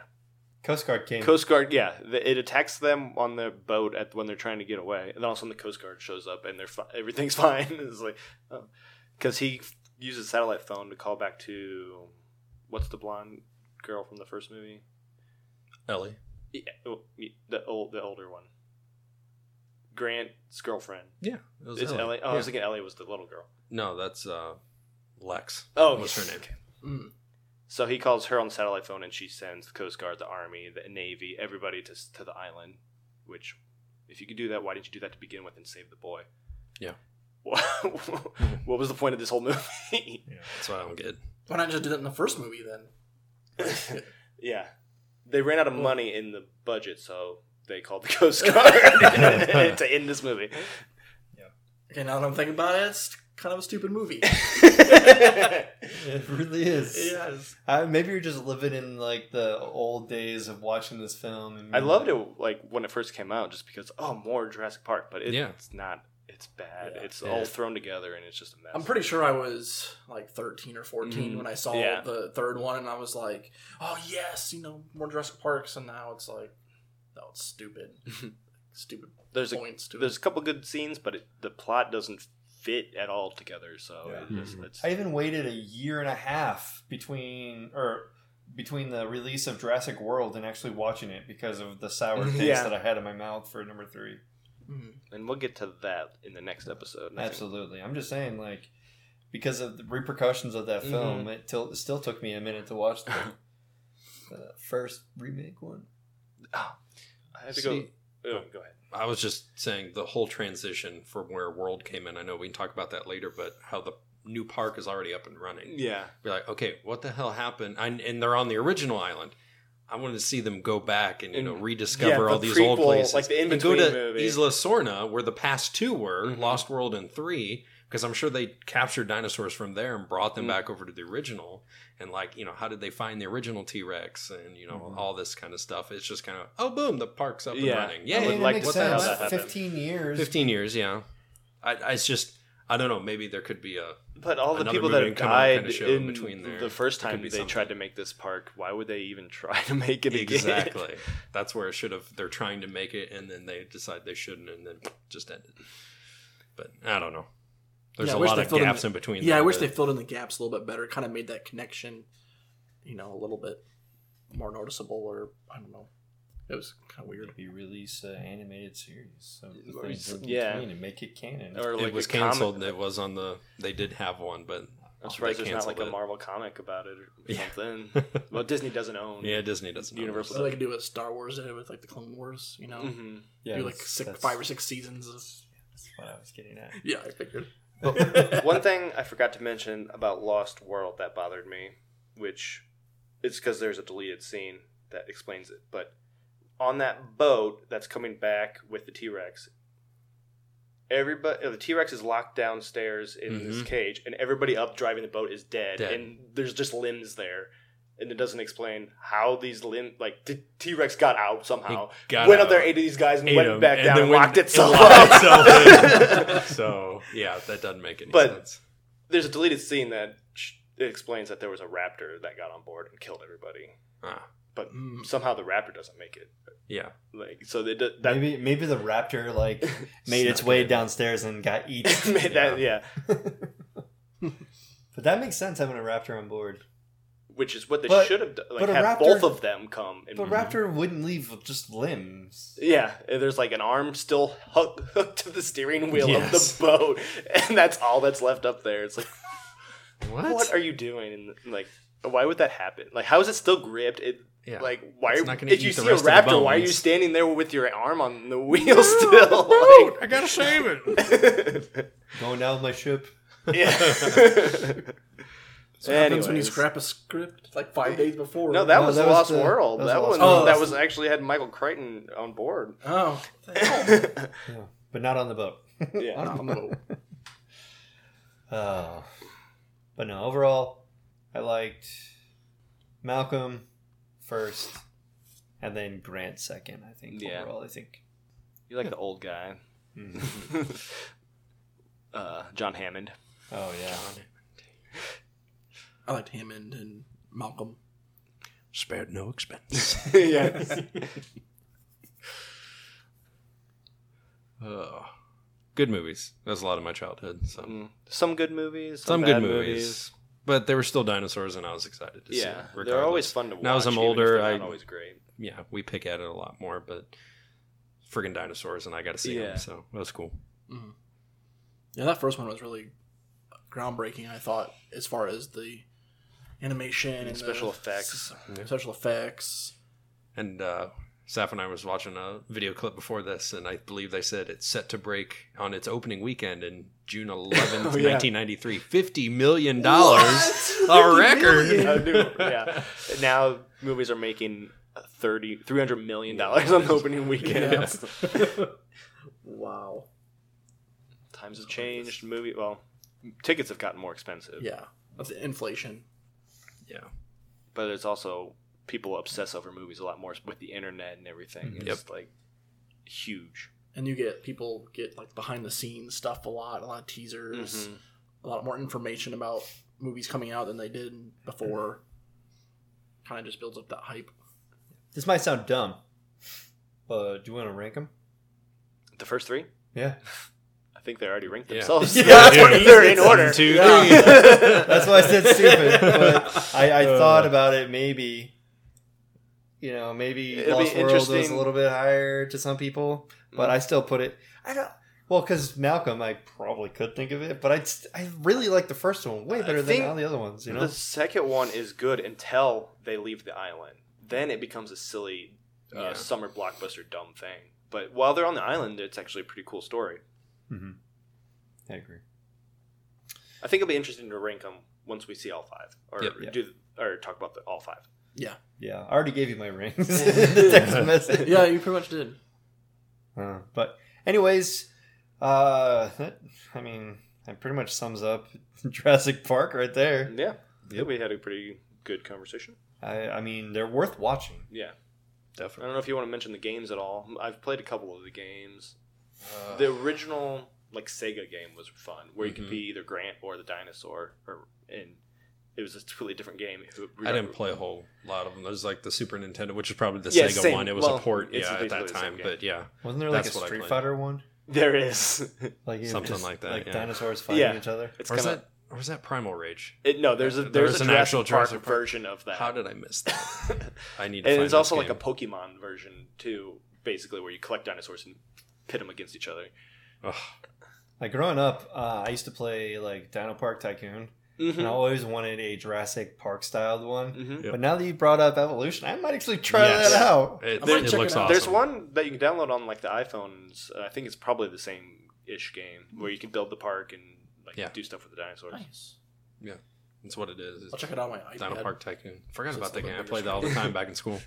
S3: Coast Guard came.
S4: Coast Guard, yeah, the, it attacks them on their boat at when they're trying to get away, and then all of a sudden the Coast Guard shows up and they're fi- everything's fine. it's like because he f- uses satellite phone to call back to what's the blonde girl from the first movie?
S5: ellie
S4: Yeah, oh, yeah, the old the older one, Grant's girlfriend.
S5: yeah it was
S4: It's Ellie. Oh, I
S5: Yeah.
S4: was thinking Ellie was the little girl.
S5: No, that's uh, Lex.
S4: Oh,
S5: what's her name?
S2: Mm.
S4: So he calls her on the satellite phone, and she sends the Coast Guard, the Army, the Navy, everybody to s- to the island. Which, if you could do that, why didn't you do that to begin with and save the boy?
S5: Yeah.
S4: Wha- what was the point of this whole movie?
S5: That's what I don't get.
S2: Why not just do that in the first movie then?
S4: yeah, they ran out of money in the budget, so they called the Coast Guard to end this movie.
S2: Okay, now that I'm thinking about it, it's kind of a stupid movie.
S3: It really is.
S2: yes.
S3: Uh, maybe you're just living in like the old days of watching this film. And
S4: I loved it like when it first came out, just because oh, more Jurassic Park, but it,
S5: Yeah.
S4: it's not. It's bad.
S2: Yeah.
S4: it's
S5: Yeah.
S4: all thrown together, and it's just a mess.
S2: I'm pretty sure I was like 13 or 14
S4: Mhm.
S2: when I saw
S4: Yeah.
S2: the third one, and I was like, "Oh yes, you know more Jurassic Parks." And now it's like, no, it's stupid, stupid
S4: There's a
S2: points to
S4: there's
S2: it.
S4: a couple good scenes, but it, the plot doesn't fit at all together. So
S3: Yeah.
S4: it just,
S5: Mhm.
S4: it's,
S3: I even waited a year and a half between or between the release of Jurassic World and actually watching it because of the sour taste
S4: Yeah.
S3: that I had in my mouth for number three.
S2: Mhm.
S4: and we'll get to that in the next episode. I think.
S3: Absolutely, I'm just saying like because of the repercussions of that film,
S4: Mm-hmm.
S3: it till it still took me a minute to watch the uh, first remake one.
S4: I have to
S5: See-
S4: go. Oh, go ahead.
S5: I was just saying the whole transition from where World came in. I know we can talk about that later, but how the new park is already up and running.
S4: Yeah,
S5: You're like, okay, what the hell happened? And, and they're on the original island. I wanted to see them go back and you know
S4: And-
S5: rediscover
S4: yeah,
S5: all
S4: the
S5: these old
S4: prequel,
S5: places,
S4: like the
S5: And
S4: in-between
S5: go to
S4: movie.
S5: Isla Sorna, where the past two were
S4: Mhm.
S5: Lost World and three, because I'm sure they captured dinosaurs from there and brought them
S2: Mm.
S4: Mhm.
S5: back over to the original. And like, you know, how did they find the original T Rex and you know
S2: Mm-hmm.
S3: Mhm.
S5: all this kind of stuff? It's just kind of oh boom, the park's up
S4: Yeah.
S5: and running.
S4: I
S5: Yeah,
S4: would
S3: it
S4: like
S3: makes
S5: what the hell
S3: sense.
S4: that happened.
S3: Fifteen years.
S5: Fifteen years, yeah. I, I it's just I don't know. Maybe there could be a
S4: but all the
S5: Another
S4: people that
S5: movie
S4: have
S5: come out and
S4: died
S5: kinda show
S4: in
S5: between there.
S4: the first
S5: It could
S4: time
S5: be
S4: they
S5: something.
S4: tried to make this park, why would they even try to make it again?
S5: exactly. That's where it should have. They're trying to make it, and then they decide they shouldn't, and then just end it. But I don't know. There's
S2: Yeah, I
S5: a
S2: wish
S5: lot
S2: they
S5: of
S2: filled in
S5: gaps
S2: the-
S5: in between.
S2: Yeah, I
S5: there,
S2: wish
S5: but-
S2: they filled in the gaps a little bit better, kind of made that connection, you know, a little bit more noticeable, or I don't know. It was kind of weird.
S3: We release an animated series of the
S4: Or
S3: things
S4: s-
S3: in
S4: yeah.
S3: between and make it canon.
S4: Or like
S5: it was
S4: a comic-
S5: canceled. It was on the. They did have one, but
S4: I'm surprised
S5: they
S4: there's not like a
S5: canceled
S4: Marvel comic about it or
S5: Yeah.
S4: something. well, Disney doesn't own.
S5: it. Yeah, Disney doesn't. own
S4: Universal.
S5: this.
S2: So they could do a Star Wars did with like the Clone Wars, you know,
S4: hmm
S3: yeah,
S2: do like
S3: that's-
S2: six,
S3: that's-
S2: five or six seasons of.
S3: That's what I was getting at.
S2: Yeah, I figured.
S4: One thing I forgot to mention about Lost World that bothered me, which it's because there's a deleted scene that explains it, but on that boat that's coming back with the T Rex, everybody the T Rex is locked downstairs in this
S5: Mhm.
S4: cage, and everybody up driving the boat is dead,
S5: Dead.
S4: and there's just limbs there. And it doesn't explain how these limb like T Rex got out somehow.
S5: got
S4: went
S5: out,
S4: up there, ate these guys, and
S5: ate
S4: went
S5: 'em,
S4: back down
S5: then
S4: and
S5: went-
S4: locked itself
S5: locked
S4: up.
S5: itself in. so yeah, that doesn't make any
S4: But-
S5: sense.
S4: there's a deleted scene that sh- explains that there was a raptor that got on board and killed everybody.
S5: Ah,
S4: But
S2: Mm.
S4: somehow the raptor doesn't make it.
S5: yeah,
S4: Like so, they do, that
S3: maybe maybe the raptor like made its
S5: Snuck
S3: way
S5: in.
S3: downstairs and got eaten.
S4: made that yeah,
S3: but that makes sense having a raptor on board.
S4: which is what they
S3: But-
S4: should have done. Like
S3: but a
S4: have
S3: raptor-
S4: both of them come. And,
S3: But raptor wouldn't leave with just limbs.
S4: yeah, and there's like an arm still hook, hooked to the steering wheel of
S5: Yes.
S4: the boat, and that's all that's left up there. It's like,
S5: what?
S4: what, are you doing? And like, why would that happen? Like, how is it still gripped? It
S5: Yeah.
S4: Like, why?
S5: It's not gonna
S4: If you
S5: eat the
S4: see a
S5: rest of the
S4: raptor, why are you
S5: bones.
S4: standing there with your arm on the wheel still?
S5: I gotta save it.
S4: Like-
S3: Going down with my ship.
S4: yeah.
S2: So what happens when you
S4: Anyways.
S2: scrap a script like five days before.
S4: No, that
S3: No,
S4: was
S3: that was
S4: Lost
S3: the-
S4: World.
S3: that
S4: That,
S3: was Lost
S4: one
S2: World.
S4: that was actually had Michael Crichton on board.
S2: Oh,
S3: Yeah, but not on the boat.
S4: Yeah.
S3: Not on the boat. Uh, but no, overall, I liked Malcolm first, and then Grant second. I think
S4: Yeah.
S3: overall, I think Mm.
S4: You like the old guy. uh, John Hammond.
S3: Oh yeah.
S2: I liked Hammond and Malcolm.
S5: Spared no expense.
S4: yes.
S5: Oh. Good movies. That was a lot of my childhood. So
S4: Mm, Um, Some good movies. Some,
S5: some
S4: bad
S5: good movies, but there were still dinosaurs, and I was excited to see.
S4: Yeah,
S5: them,
S4: they're
S5: regardless.
S4: always fun to watch.
S5: Now as I'm
S4: even if
S5: older,
S4: they're not
S5: I-
S4: always great.
S5: yeah. We pick at it a lot more, but friggin' dinosaurs, and I got to see
S4: Yeah.
S5: them, so that was cool.
S2: Yeah, that first one was really groundbreaking. I thought as far as the animation and, the
S4: special effects.
S2: s- special effects.
S5: And uh, Saf and I was watching a video clip before this, and I believe they said it's set to break on its opening weekend in June 11th,
S4: Oh, yeah.
S5: 1993. $50 million. A record.
S4: I do, yeah. Now movies are making 30 300 million dollars on opening weekend.
S2: Wow.
S4: Times have changed. Movie well, tickets have gotten more expensive.
S2: Yeah, that's inflation.
S5: Yeah.
S4: But it's also people obsess over movies a lot more with the internet and everything.
S3: Mm-hmm.
S4: It's
S5: Yep.
S4: like huge.
S2: And you get people get like behind the scenes stuff a lot, a lot of teasers,
S3: Mm-hmm.
S4: Mhm.
S2: a lot more information about movies coming out than they did before. Kind of just builds up that hype.
S3: This might sound dumb, but do you want to rank them?
S4: The first three,
S3: Yeah.
S4: I think they already ranked
S5: Yeah.
S4: themselves.
S3: Yeah,
S4: That's why
S3: yeah.
S4: they're in order.
S5: Two,
S3: That's why I said stupid. But I, I thought about it. Maybe you know, maybe
S4: It'll be
S3: Lost World was a
S4: interesting. Mm.
S3: little bit higher to some people, but I still put it. I don't. Well, because Malcolm, I probably could think of it, but I st- I really like the first one way better than
S4: think
S3: all the other ones. You know,
S4: The second one is good until they leave the island. Then it becomes a silly uh,
S5: Yeah.
S4: summer blockbuster dumb thing. But while they're on the island, it's actually a pretty cool story.
S3: I agree.
S4: I think it'll be interesting to rank them once we see all five, or
S5: Yep.
S3: Yeah.
S4: do or talk about the, all five.
S2: Yeah,
S3: Yeah, I already gave you my rings. the text message.
S2: yeah, you pretty much did.
S3: Uh, but anyways, uh, that, I mean, that pretty much sums up Jurassic Park right there.
S4: Yeah, yeah, we had a pretty good conversation.
S3: I, I mean, they're worth watching.
S4: Yeah, I
S5: Definitely.
S4: don't know if you want to mention the games at all. I've played a couple of the games.
S5: Uh.
S4: the original like Sega game was fun, where
S5: Mm-hmm.
S4: you could be either Grant or the dinosaur, or and it was a totally different game.
S5: I didn't play a whole lot of them. There's like the Super Nintendo, which is probably the
S4: Yeah,
S5: Sega
S4: same.
S5: one. It was
S4: Well,
S5: a port,
S4: it's
S5: yeah, at
S4: basically
S5: that
S4: the same
S5: time.
S4: game.
S5: But yeah,
S3: Wasn't there like
S5: That's
S3: a
S5: what I
S3: Street
S5: played.
S3: Fighter one?
S4: There is.
S3: Like it was
S5: Something like that,
S3: like
S5: yeah.
S3: dinosaurs fighting
S4: Yeah.
S3: each other.
S4: It's
S5: or is
S4: kind of
S5: that or is that Primal Rage?
S4: it, no. There's a
S5: There
S4: there's
S5: is
S4: a
S5: an
S4: Jurassic
S5: actual
S4: Park
S5: Jurassic Park.
S4: version of that.
S5: How did I miss that? I need to.
S4: and
S5: find
S4: it's also
S5: this
S4: like a
S5: game.
S4: Pokemon version too, basically where you collect dinosaurs and pit them against each other.
S5: Ugh.
S3: Like growing up, uh, I used to play like Dino Park Tycoon,
S4: Mm-hmm.
S3: and I always wanted a Jurassic Park styled one.
S4: Mhm.
S5: Yep.
S3: But now that you brought up Evolution, I might actually try
S5: Yes.
S3: that out.
S5: It,
S2: I might
S5: it
S2: check it
S5: looks
S2: out.
S5: awesome.
S4: There's one that you can download on like the iPhones. Uh, I think it's probably the same ish game where you can build the park and like
S5: Yeah.
S4: do stuff with the dinosaurs.
S2: Nice.
S5: That's what it is. It's
S2: I'll check it out on my iPad.
S5: Dino Park Tycoon. Forgot
S2: So
S5: about
S2: it's
S5: that
S2: a
S5: game. I
S2: little
S5: played that all the time back in school.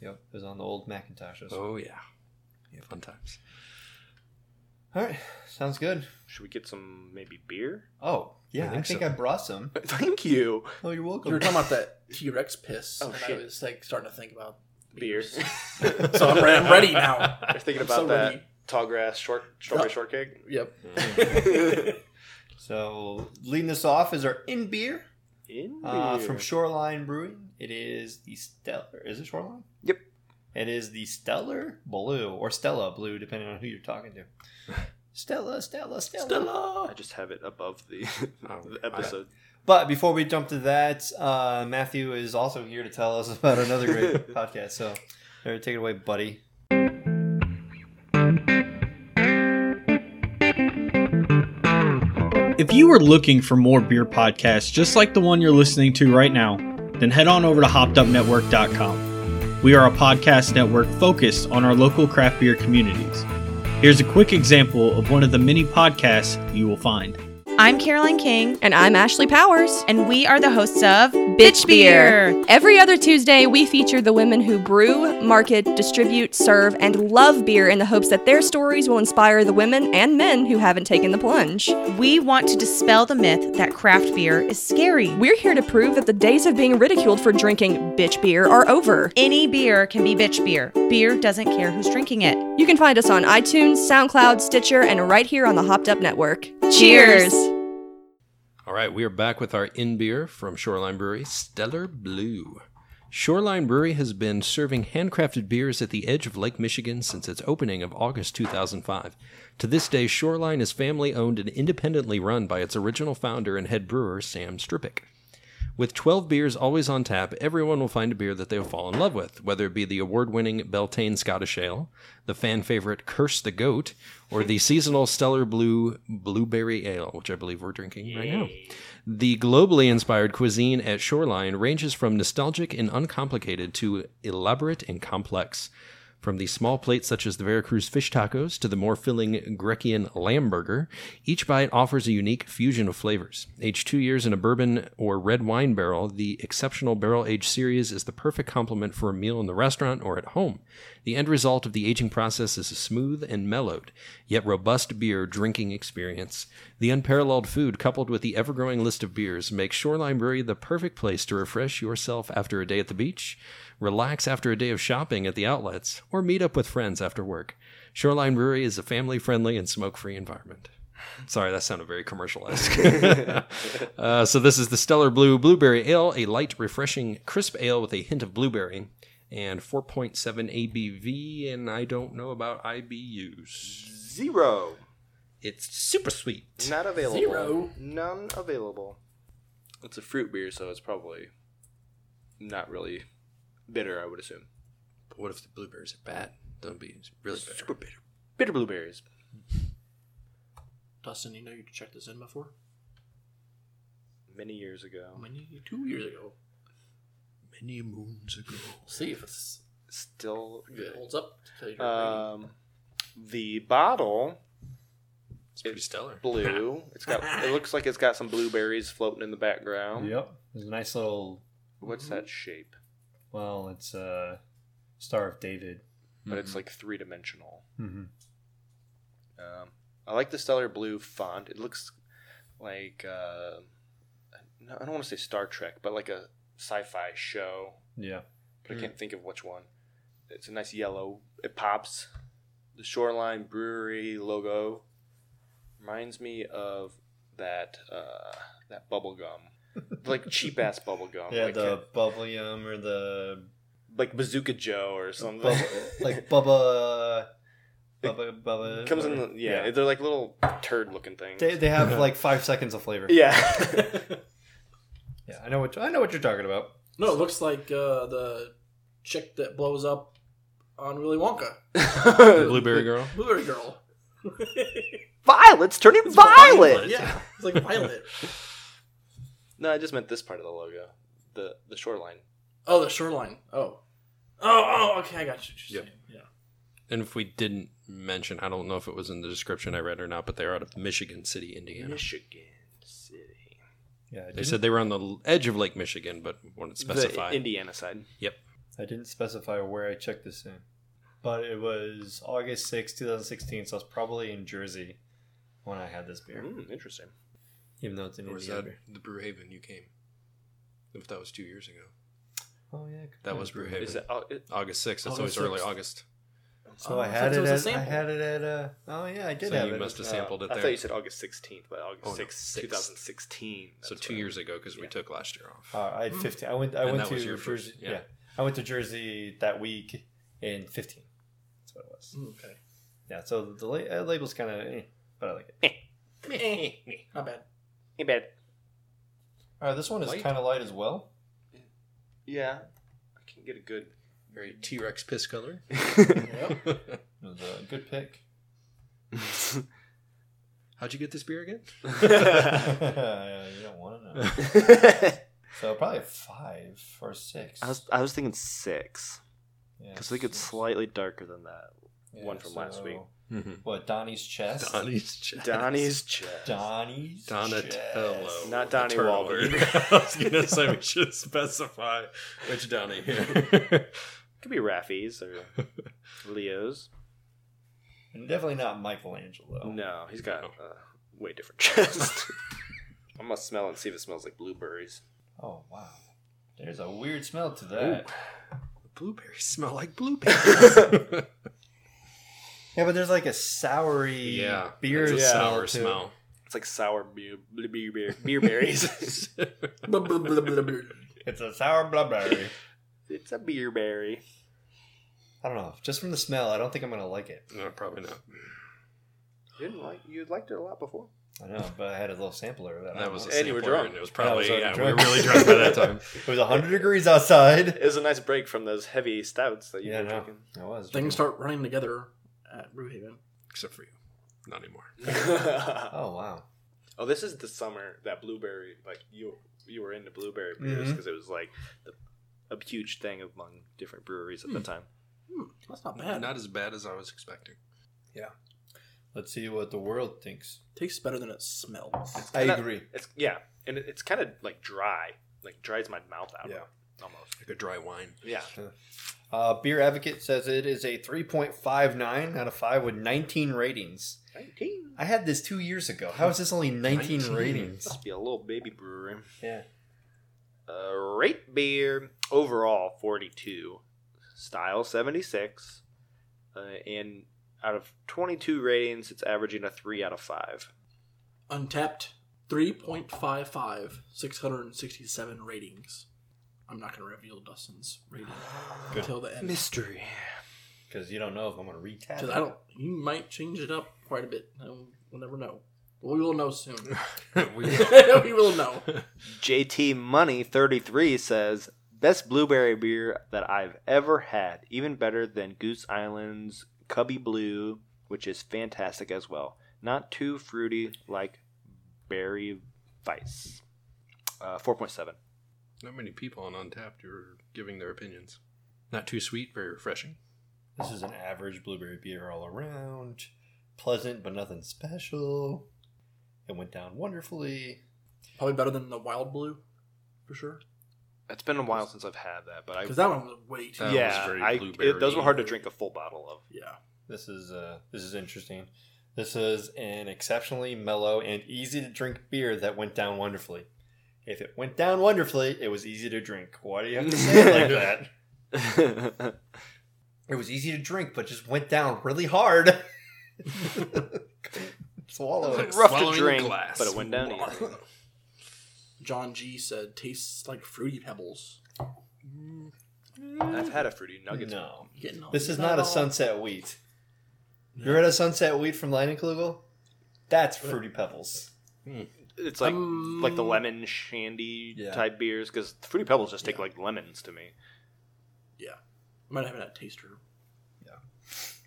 S3: Yep, it was on the old Macintoshes.
S5: oh yeah. yeah, fun times.
S3: All right, sounds good.
S4: Should we get some maybe beer?
S3: Oh yeah, I
S5: think
S3: think,
S5: so.
S3: I brought some.
S4: Thank you.
S3: Oh, you're
S2: You
S3: welcome.
S2: were talking about that T Rex piss.
S4: Oh,
S2: and
S4: shit.
S2: I was like starting to think about
S4: Beer.
S2: beers. so I'm, re- I'm ready now.
S4: You're thinking
S2: I'm
S4: about
S2: so
S4: that
S2: ready.
S4: tall grass short strawberry
S2: Yeah.
S4: shortcake.
S2: Yep.
S5: Um,
S3: So leading this off is our in beer
S4: In
S3: uh,
S4: beer.
S3: from Shoreline Brewing. It is the Stellar. Is it Shoreline?
S4: Yep.
S3: It is the Stellar Blue or Stella Blue, depending on who you're talking to. Stella, Stella, Stella.
S4: I just have it above the,
S5: Oh,
S4: the episode.
S3: But before we jump to that, uh, Matthew is also here to tell us about another great podcast. So, there, take it away, buddy.
S6: If you are looking for more beer podcasts just like the one you're listening to right now, then head on over to hoppedupnetwork.com. We are a podcast network focused on our local craft beer communities. Here's a quick example of one of the many podcasts you will find.
S7: I'm Caroline King,
S8: And I'm Ashley Powers.
S7: and we are the hosts of
S8: Bitch Beer. Every other Tuesday, we feature the women who brew, market, distribute, serve, and love beer in the hopes that their stories will inspire the women and men who haven't taken the plunge.
S7: We want to dispel the myth that craft beer is scary.
S8: We're here to prove that the days of being ridiculed for drinking bitch beer are over.
S7: Any beer can be bitch beer. Beer doesn't care who's drinking it.
S8: You can find us on iTunes, SoundCloud, Stitcher, and right here on the Hopped Up Network.
S7: Cheers.
S5: All right, we are back with our in beer from Shoreline Brewery, Stellar Blue. Shoreline Brewery has been serving handcrafted beers at the edge of Lake Michigan since its opening of August 2005. To this day, Shoreline is family owned and independently run by its original founder and head brewer, Sam Stripik. With 12 beers always on tap, everyone will find a beer that they'll fall in love with, whether it be the award winning Beltane Scottish Ale, the fan favorite Curse the Goat, or the seasonal Stellar Blue Blueberry Ale, which I believe we're drinking right now. The globally inspired cuisine at Shoreline ranges from nostalgic and uncomplicated to elaborate and complex. From the small plates such as the Veracruz fish tacos to the more filling Grecian lamb burger, each bite offers a unique fusion of flavors. Aged two years in a bourbon or red wine barrel, the exceptional barrel aged series is the perfect complement for a meal in the restaurant or at home. The end result of the aging process is a smooth and mellowed, yet robust beer drinking experience. The unparalleled food, coupled with the ever growing list of beers, makes Shoreline Brewery the perfect place to refresh yourself after a day at the beach, relax after a day of shopping at the outlets, or meet up with friends after work. Shoreline Brewery is a family friendly and smoke free environment. Sorry, that sounded very commercialized. uh, so, this is the Stellar Blue Blueberry Ale, a light, refreshing, crisp ale with a hint of blueberry and 4.7 ABV. And I don't know about IBUs.
S4: Zero.
S5: It's super sweet.
S4: Not available.
S2: Zero.
S4: None available. It's a fruit beer, so it's probably not really bitter, I would assume.
S5: But what if the blueberries are bad? That'd be really bitter.
S4: Super bitter. Bitter blueberries.
S2: Dustin, you know you checked this in before?
S4: Many years ago.
S2: Many, two years ago.
S5: Many moons ago.
S2: We'll see if it's,
S4: Still
S2: if it holds up. To your
S4: Um, the bottle
S5: It's pretty stellar.
S4: blue. It's got. It looks like it's got some blueberries floating in the background.
S3: Yep. There's a nice little.
S4: What's that shape?
S3: Well, it's uh, Star of David.
S4: But
S5: Mm-hmm.
S4: it's like three dimensional.
S3: Mm-hmm.
S4: Um, I like the stellar blue font. It looks like uh, no, I don't want to say Star Trek, but like a sci-fi show.
S3: Yeah.
S4: But
S3: Hmm.
S4: I can't think of which one. It's a nice yellow. It pops. The Shoreline Brewery logo reminds me of that uh, that bubble gum, like cheap ass bubble gum,
S3: Yeah,
S4: like, uh,
S3: the bubblyum or the
S4: like Bazooka Joe or something.
S3: bubba, like Bubba. Bubba, Bubba.
S4: comes in. The, yeah, they're like little turd looking things.
S3: They, they have like five seconds of flavor.
S4: yeah.
S3: Yeah, I know what I know what you're talking about.
S2: no, it looks like uh, the chick that blows up on Willy Wonka.
S5: Blueberry girl.
S2: Blueberry Girl.
S4: Violet's turning violet.
S2: Yeah, it's like Violet.
S4: No, I just meant this part of the logo, the the shoreline.
S2: Oh, the shoreline. Oh. Oh, oh, okay, I got you.
S5: Yep. And if we didn't mention, I don't know if it was in the description I read or not, but they're out of Michigan City, Indiana.
S4: Michigan City.
S3: Yeah, I
S5: They
S3: didn't,
S5: said they were on the l- edge of Lake Michigan, but wanted to specify.
S4: The Indiana side.
S5: yep.
S3: I didn't specify where I checked this in, but it was August sixth, two 2016, so I was probably in Jersey when I had this beer,
S4: Mm, interesting.
S3: even though it's in
S5: Or was
S3: Indiana.
S5: that the Brewhaven you came? If that was two years ago.
S3: Oh yeah, it could
S5: That
S3: be.
S5: was Brewhaven.
S4: Is that? Oh, it,
S5: August 6th. That's always
S2: August
S5: early
S2: 6th.
S5: August.
S3: So
S2: Oh,
S3: I
S2: so
S3: had
S2: it
S3: it.
S2: was a
S3: At, I
S2: sample.
S3: had it at. Uh, oh yeah, I did
S5: So
S3: have
S5: you
S3: it.
S5: must have
S4: uh,
S5: sampled it
S4: I
S5: there.
S4: thought you said August sixteenth, but August
S5: Oh, no,
S4: sixth, two
S5: sixth.
S4: thousand sixteen.
S5: so two years ago because we took last year off.
S3: Uh, I had 15. I went. I
S5: And
S3: went
S5: that
S3: to
S5: was your
S3: Jersey.
S5: first- yeah.
S3: yeah. I went to Jersey that week in 15. That's what it was.
S2: Okay.
S3: Yeah. So the la- uh, label's kind of, eh, but I like it.
S2: Eh, Not bad.
S4: Hey, bad.
S3: All right, this one is
S5: Light.
S3: kind of light as well.
S4: Yeah, I can get a good.
S5: Very T Rex piss color.
S2: Yep.
S3: It was a good pick.
S5: How'd you get this beer again?
S3: Yeah, you don't want to know. So probably a five or a six.
S4: I was I was thinking six
S3: Yeah,
S4: because they get
S3: six.
S4: slightly darker than that.
S3: Yeah,
S4: one from last week.
S5: Mhm.
S3: What Donnie's chest?
S5: Donnie's chest.
S4: Donnie's chest.
S3: Donnie's
S5: Donatello.
S3: chest.
S4: Not Donnie
S5: Turtle
S4: Wahlberg.
S5: word. I was gonna say we should specify which Donnie here.
S4: Could be Raffi's or Leo's.
S3: And definitely not Michelangelo.
S4: No, he's got a way different chest. I must smell and see if it smells like blueberries.
S3: Oh wow. There's a weird smell to that.
S5: Blueberries smell like blueberries.
S3: Yeah, but there's like a soury
S5: yeah,
S3: beer
S5: it's a
S3: smell
S5: sour
S3: to it.
S5: smell.
S4: It's like sour beer, beer, beer, beer berries.
S2: Blah, blah, blah, blah, blah.
S3: It's a sour blueberry.
S4: it's a beer berry.
S3: I don't know. Just from the smell, I don't think I'm gonna like it.
S5: no, probably not.
S4: You didn't like you liked it a lot before.
S3: I know, but I had a little sampler of that. I
S5: That
S3: don't
S5: was a
S3: know.
S4: And you were
S5: sampler,
S4: drunk.
S5: and It was
S3: Yeah, I was
S5: probably yeah,
S3: already
S5: we were really drunk by that time.
S3: it was 100 degrees outside.
S4: It was a nice break from those heavy stouts that you
S3: Yeah, I
S4: were
S3: know.
S4: drinking.
S3: It was.
S2: Things start running together at Brewhaven.
S5: Except for you, not anymore.
S4: oh,
S3: Oh wow.
S4: this is the summer that blueberry like you you were into blueberry beers
S3: Mhm.
S4: because it was like the, a huge thing among different breweries
S3: Mm.
S4: at the time.
S2: Hmm, that's not bad.
S5: Not as bad as I was expecting.
S3: Let's see what the world thinks.
S2: Tastes better than it smells.
S3: I
S4: And that-
S3: agree.
S4: It's yeah, and it, it's kind of like dry, like dries my mouth out.
S5: Yeah.
S4: almost.
S5: Like a dry wine.
S4: Yeah,
S3: Uh, Beer Advocate says it is a 3.59 out of 5 with 19 ratings.
S4: nineteen
S3: I had this two years ago. How is this only 19,
S5: 19.
S3: ratings?
S4: must be a little baby brewery.
S3: Yeah.
S4: Uh, rate beer overall 42, style 76, uh, and out of 22 ratings, it's averaging a 3 out of 5.
S2: Untapped 3.55, 667 ratings. I'm not going to reveal Dustin's rating until the end.
S4: Mystery.
S3: Because you don't know if I'm going to retap.
S2: Because
S3: it.
S2: I don't, you might change it up quite a bit. Um, We'll never know. We will know soon.
S5: we
S2: we will know.
S4: JT Money 33 says best blueberry beer that I've ever had, even better than Goose Island's Cubby Blue, which is fantastic as well. Not too fruity like Berry Vice. Uh, 4.7.
S5: Not many people on Untapped who are giving their opinions. Not too sweet, very refreshing.
S3: This is an average blueberry beer all around. Pleasant, but nothing special. It went down wonderfully.
S2: Probably better than the Wild Blue, for sure.
S4: It's been a while since I've had that, but I Uh,
S2: Because that one was way too.
S5: That
S4: yeah,
S5: was very
S4: I- it-
S5: blueberry.
S4: those were hard to drink a full bottle of.
S2: Yeah.
S3: This is uh, this is interesting. This is an exceptionally mellow and easy to drink beer that went down wonderfully. If it went down wonderfully, it was easy to drink. Why do you have to say it like that? It was easy to drink, but just went down really hard. Swallow it.
S5: Like
S4: rough to
S5: swallowing a
S4: drink,
S5: glass.
S4: but it went down easy.
S2: John G said, tastes like fruity pebbles.
S4: I've had a fruity nugget.
S3: No,
S2: You're getting all-
S3: this is not a sunset wheat. You ever had a sunset wheat from Leinenklugel? That's fruity pebbles.
S4: It's like
S2: Um,
S4: like the lemon shandy
S3: Yeah.
S4: type beers because fruity pebbles just take
S2: Yeah.
S4: like lemons to me.
S2: Yeah. Might have had a taster.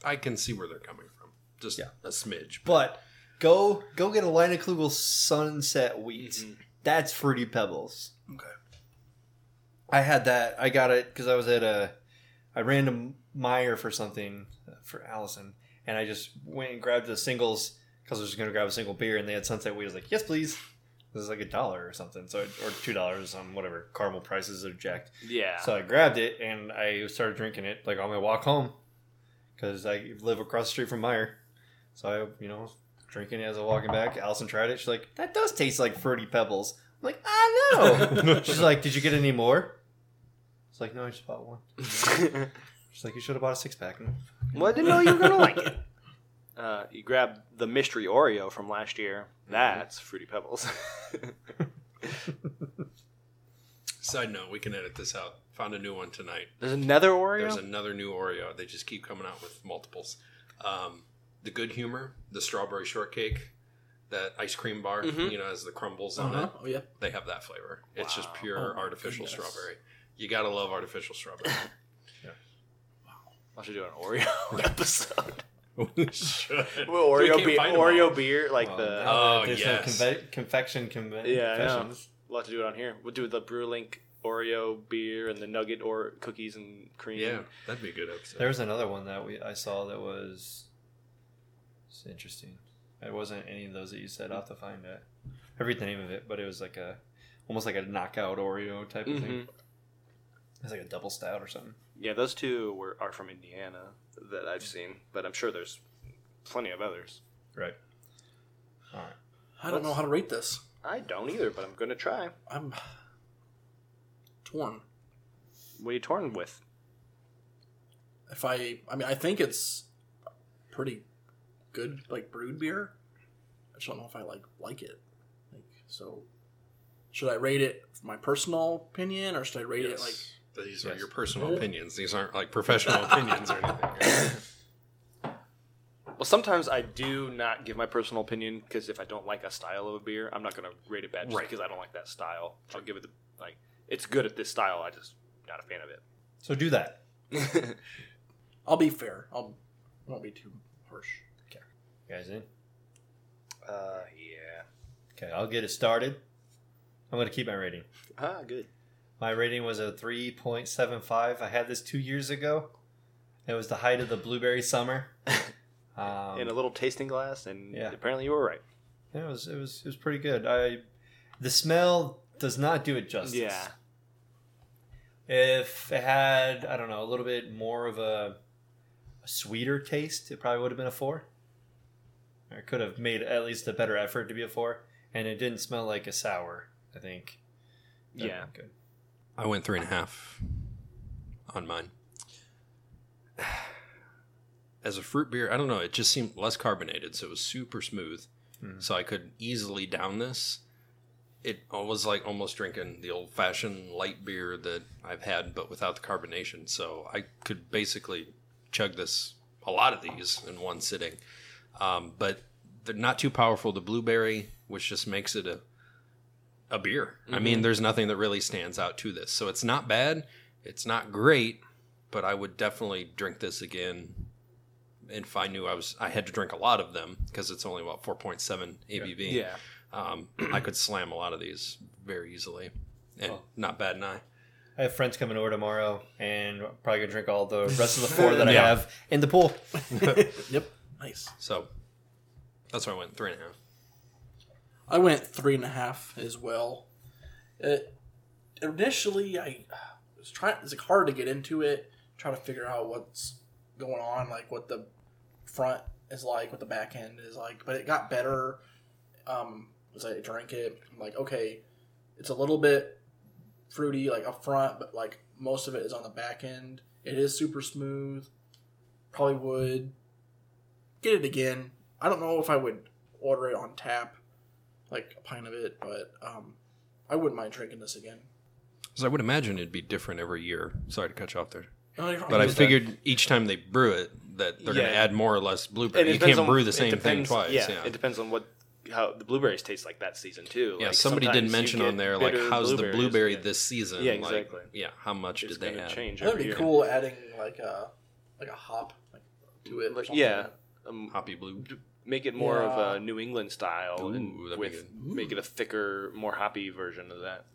S5: I can see where they're coming from. Just
S3: Yeah.
S5: a smidge.
S3: But go go get a Leinenklugel sunset wheat. That's fruity pebbles.
S2: Okay.
S3: I had that. I got it because I was at a I ran to Meyer for something uh, for Allison, and I just went and grabbed the singles because I was just gonna grab a single beer, and they had Sunset Wheat. I was like, "Yes, please." This is like a dollar or something, so or two dollars or something, whatever. Caramel prices are jacked.
S4: Yeah,
S3: So I grabbed it and I started drinking it like on my walk home because I live across the street from Meyer. So I, you know, drinking it as I was walking back. Allison tried it. She's like, that does taste like fruity pebbles. I'm like, I know. She's like, did you get any more? It's like, no, I just bought one. She's like, you should have bought a six
S4: Oh,
S3: pack.
S4: well, I didn't know you were gonna like it. Uh, you grab the mystery Oreo from last year. That's fruity pebbles.
S5: Side note, we can edit this out. Found a new one tonight.
S4: There's another Oreo.
S5: There's another new Oreo. They just keep coming out with multiples. Um, the Good Humor, the strawberry shortcake, that ice cream bar,
S4: Mm-hmm.
S5: you know, has the crumbles on
S2: Uh-huh.
S5: it.
S2: Oh, yeah.
S5: They have that flavor. It's just pure
S2: Oh, my
S5: artificial
S2: goodness.
S5: strawberry. You gotta love artificial strawberry.
S4: I should do an Oreo episode.
S5: We should.
S4: Well,
S5: We
S4: Oreo,
S5: can't
S4: be-
S5: find 'em all.
S4: Oreo beer, like the
S5: Oh, yes.
S3: Conve- confection conve-
S4: Yeah, I know.
S3: confessions.
S4: We'll have to do it on here. We'll do the Brewlink Oreo beer and the nugget or cookies and cream.
S5: that'd be a good episode.
S3: There was another one that we I saw that was it's interesting. It wasn't any of those that you said. I'll have to find it. I forget the name of it, but it was like a almost like a knockout Oreo type of thing.
S4: Mhm.
S3: It's like a double stout or something.
S4: Yeah, those two were are from Indiana that I've seen, but I'm sure there's plenty of others.
S3: Right.
S2: I don't know how to rate this.
S4: I don't either, but I'm gonna try.
S2: I'm torn.
S4: What are you torn with?
S2: If I, I mean, I think it's pretty good, like brewed beer. I just don't know if I like like it. Like, so should I rate it for my personal opinion, or should I rate it like?
S5: These
S3: Yes.
S5: are your personal opinions. These aren't like professional opinions or anything.
S4: Well, sometimes I do not give my personal opinion because if I don't like a style of a beer, I'm not gonna rate it bad just
S5: Right.
S4: because I don't like that style. I'll give it the like it's good at this style. I just not a fan of it.
S3: So do that.
S2: I'll be fair. I'll I won't be too harsh.
S3: You guys in?
S4: Uh, yeah.
S3: Okay, I'll get it started. I'm gonna keep my rating.
S4: Ah, good.
S3: My rating was a 3.75. I had this two years ago. It was the height of the blueberry summer. Um,
S4: In a little tasting glass, and
S3: Yeah.
S4: apparently you were right.
S3: yeah, it was it was it was pretty good. I the smell does not do it justice.
S4: Yeah.
S3: If it had I don't know a little bit more of a, a sweeter taste, it probably would have been a four. Or it could have made at least a better effort to be a four, and it didn't smell like a sour. I think. That'd
S4: Yeah.
S3: been Good.
S5: I went three and a half on mine. As a fruit beer, I don't know. It just seemed less carbonated, so it was super smooth. So I could easily down this. It was like almost drinking the old fashioned light beer that I've had, but without the carbonation. So I could basically chug this, a lot of these, in one sitting. Um, but they're not too powerful. The blueberry, which just makes it a a beer. I mean, there's nothing that really stands out to this. So it's not bad. It's not great, but I would definitely drink this again if I knew I was I had to drink a lot of them because it's only about 4.7 ABV.
S4: Yeah.
S5: Um, I could slam a lot of these very easily and not bad an eye.
S3: I have friends coming over tomorrow, and I'm probably gonna drink all the rest of the four that I have in the pool.
S2: Yep. Nice.
S5: So that's why I went three and a half.
S2: I went three and a half as well. It, initially, I was trying. It's like hard to get into it, trying to figure out what's going on, like what the front is like, what the back end is like. But it got better um, as I drank it. I'm like, okay, it's a little bit fruity, like up front, but like most of it is on the back end. It is super smooth. Probably would get it again. I don't know if I would order it on tap like a pint of it, but um, I wouldn't mind drinking this again.
S5: Because I would imagine it'd be different every year. Sorry to cut you off there.
S2: No, you're right.
S5: But I
S2: It's
S5: figured each time they brew it that they're going to
S4: Yeah.
S5: add more or less
S4: And
S5: blueberry.
S4: it
S5: You
S4: depends
S5: can't
S4: on-
S5: brew the
S4: it
S5: same thing
S4: depends-
S5: twice.
S4: Yeah,
S5: yeah.
S4: it depends on what how the blueberries taste like that season too.
S5: Yeah,
S4: Like,
S5: somebody did
S4: sometimes you
S5: mention
S4: get
S5: on there like
S4: bitter
S5: how's the
S4: blueberries,
S5: blueberry
S4: yeah.
S5: this season?
S4: Yeah,
S5: Like,
S4: exactly.
S5: yeah, how much
S4: It's
S5: did they
S4: gonna
S5: add?
S4: change
S2: that'd
S4: every
S2: be
S4: year.
S2: cool adding like a like a hop like, to it. or
S4: Like,
S2: something.
S4: yeah, um,
S5: Hoppy blue.
S4: make it more of
S2: Yeah.
S4: a New England style
S5: Ooh,
S4: and
S5: that'd be
S4: with
S5: good.
S4: make it a thicker, more hoppy version of that.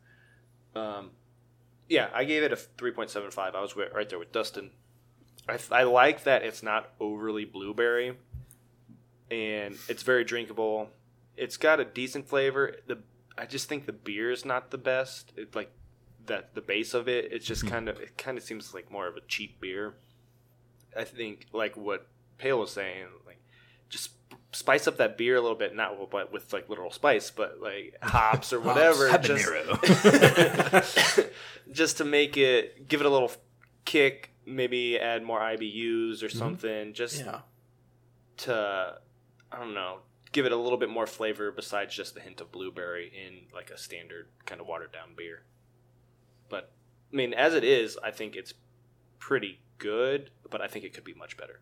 S4: Um, yeah, I gave it a three point seven five. I was wi- right there with Dustin. I, I like that it's not overly blueberry, and it's very drinkable. It's got a decent flavor. The I just think the beer is not the best. It, like that the base of it, it's just kind of it kind of seems like more of a cheap beer. I think like what Pale was saying, like just spice up that beer a little bit, not with- but with like literal spice, but like hops or whatever, just just to make it give it a little kick. Maybe add more IBUs
S3: Mm-hmm.
S4: or something, just
S2: yeah.
S4: to I don't know, give it a little bit more flavor besides just the hint of blueberry in like a standard kind of watered down beer. But I mean, as it is, I think it's pretty good, but I think it could be much better.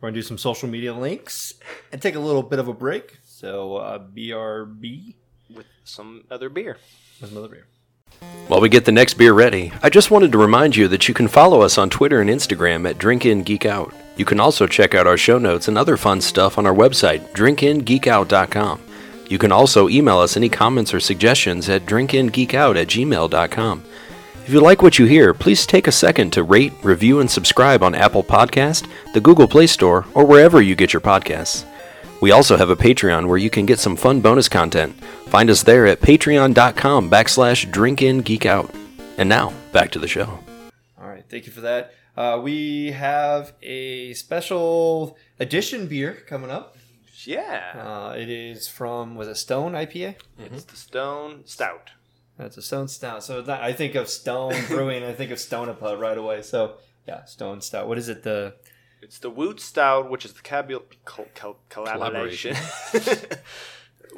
S3: We're gonna do some social media links and take a little bit of a break. So uh, BRB
S4: with some other beer.
S3: with another beer.
S5: While we get the next beer ready, I just wanted to remind you that you can follow us on Twitter and Instagram at DrinkInGeekOut. You can also check out our show notes and other fun stuff on our website, drinkingeekout.com.
S9: You can also email us any comments or suggestions at drinkingeekout at gmail.com. If you like what you hear, please take a second to rate, review, and subscribe on Apple Podcast, the Google Play Store, or wherever you get your podcasts. We also have a Patreon where you can get some fun bonus content. Find us there at patreon.com backslash drinkingeekout. And now, back to the show.
S3: All right, thank you for that. Uh, we have a special edition beer coming up.
S4: Yeah. Mm-hmm.
S3: Uh, it is from was it Stone IPA?
S4: It's the Stone Stout.
S3: That's a Stone Stout. So that, I think of Stone Brewing, I think of Stone Pub right away. So yeah, Stone Stout. What is it? The
S4: It's the Woot Stout, which is the cabu- col- col- collaboration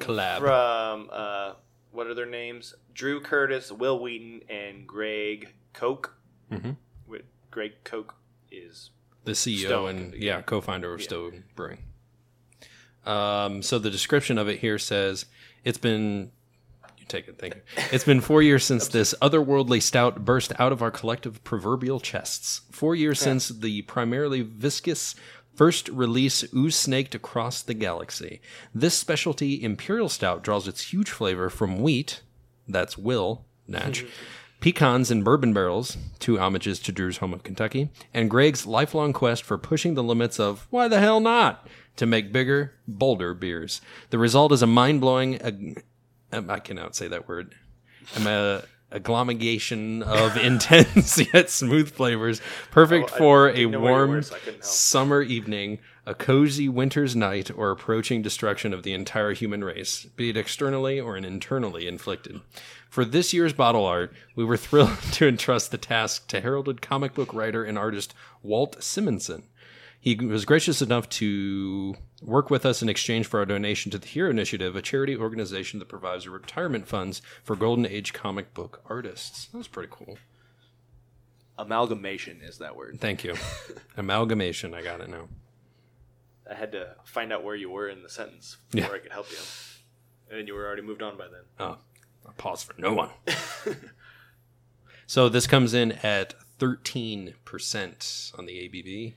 S5: Collab.
S4: from uh, what are their names? Drew Curtis, Will Wheaton, and Greg Koch.
S3: Mm-hmm.
S5: Mhm.
S4: With Greg Koch is
S5: the CEO
S4: Stone.
S5: and yeah, co-founder of Stone Brewing. Um, so the description of it here says it's been you take it, thank you. It's been four years since this otherworldly stout burst out of our collective proverbial chests. Four years since the primarily viscous first release ooze snaked across the galaxy. This specialty imperial stout draws its huge flavor from wheat, that's Will Natch, pecans and bourbon barrels, two homages to Drew's home of Kentucky, and Greg's lifelong quest for pushing the limits of why the hell not to make bigger, bolder beers. The result is a mind blowing, ag- um, I cannot say that word, um, uh, agglomeration of intense yet smooth flavors, perfect
S4: Oh, I
S5: for a
S4: didn't know where you were,
S5: warm
S4: so I couldn't help.
S5: summer evening, a cozy winter's night, or approaching destruction of the entire human race, be it externally or an internally inflicted. For this year's bottle art, we were thrilled to entrust the task to heralded comic book writer and artist Walt Simonson. He was gracious enough to work with us in exchange for our donation to the Hero Initiative, a charity organization that provides retirement funds for Golden Age comic book artists. That was pretty cool.
S4: amalgamation is that word.
S5: Thank you. Amalgamation, I got it now.
S4: I had to find out where you were in the sentence
S5: Yeah.
S4: before I could help you. And then you were already moved on by then.
S5: Oh, a pause for no one. so this comes in at 13% on the ABV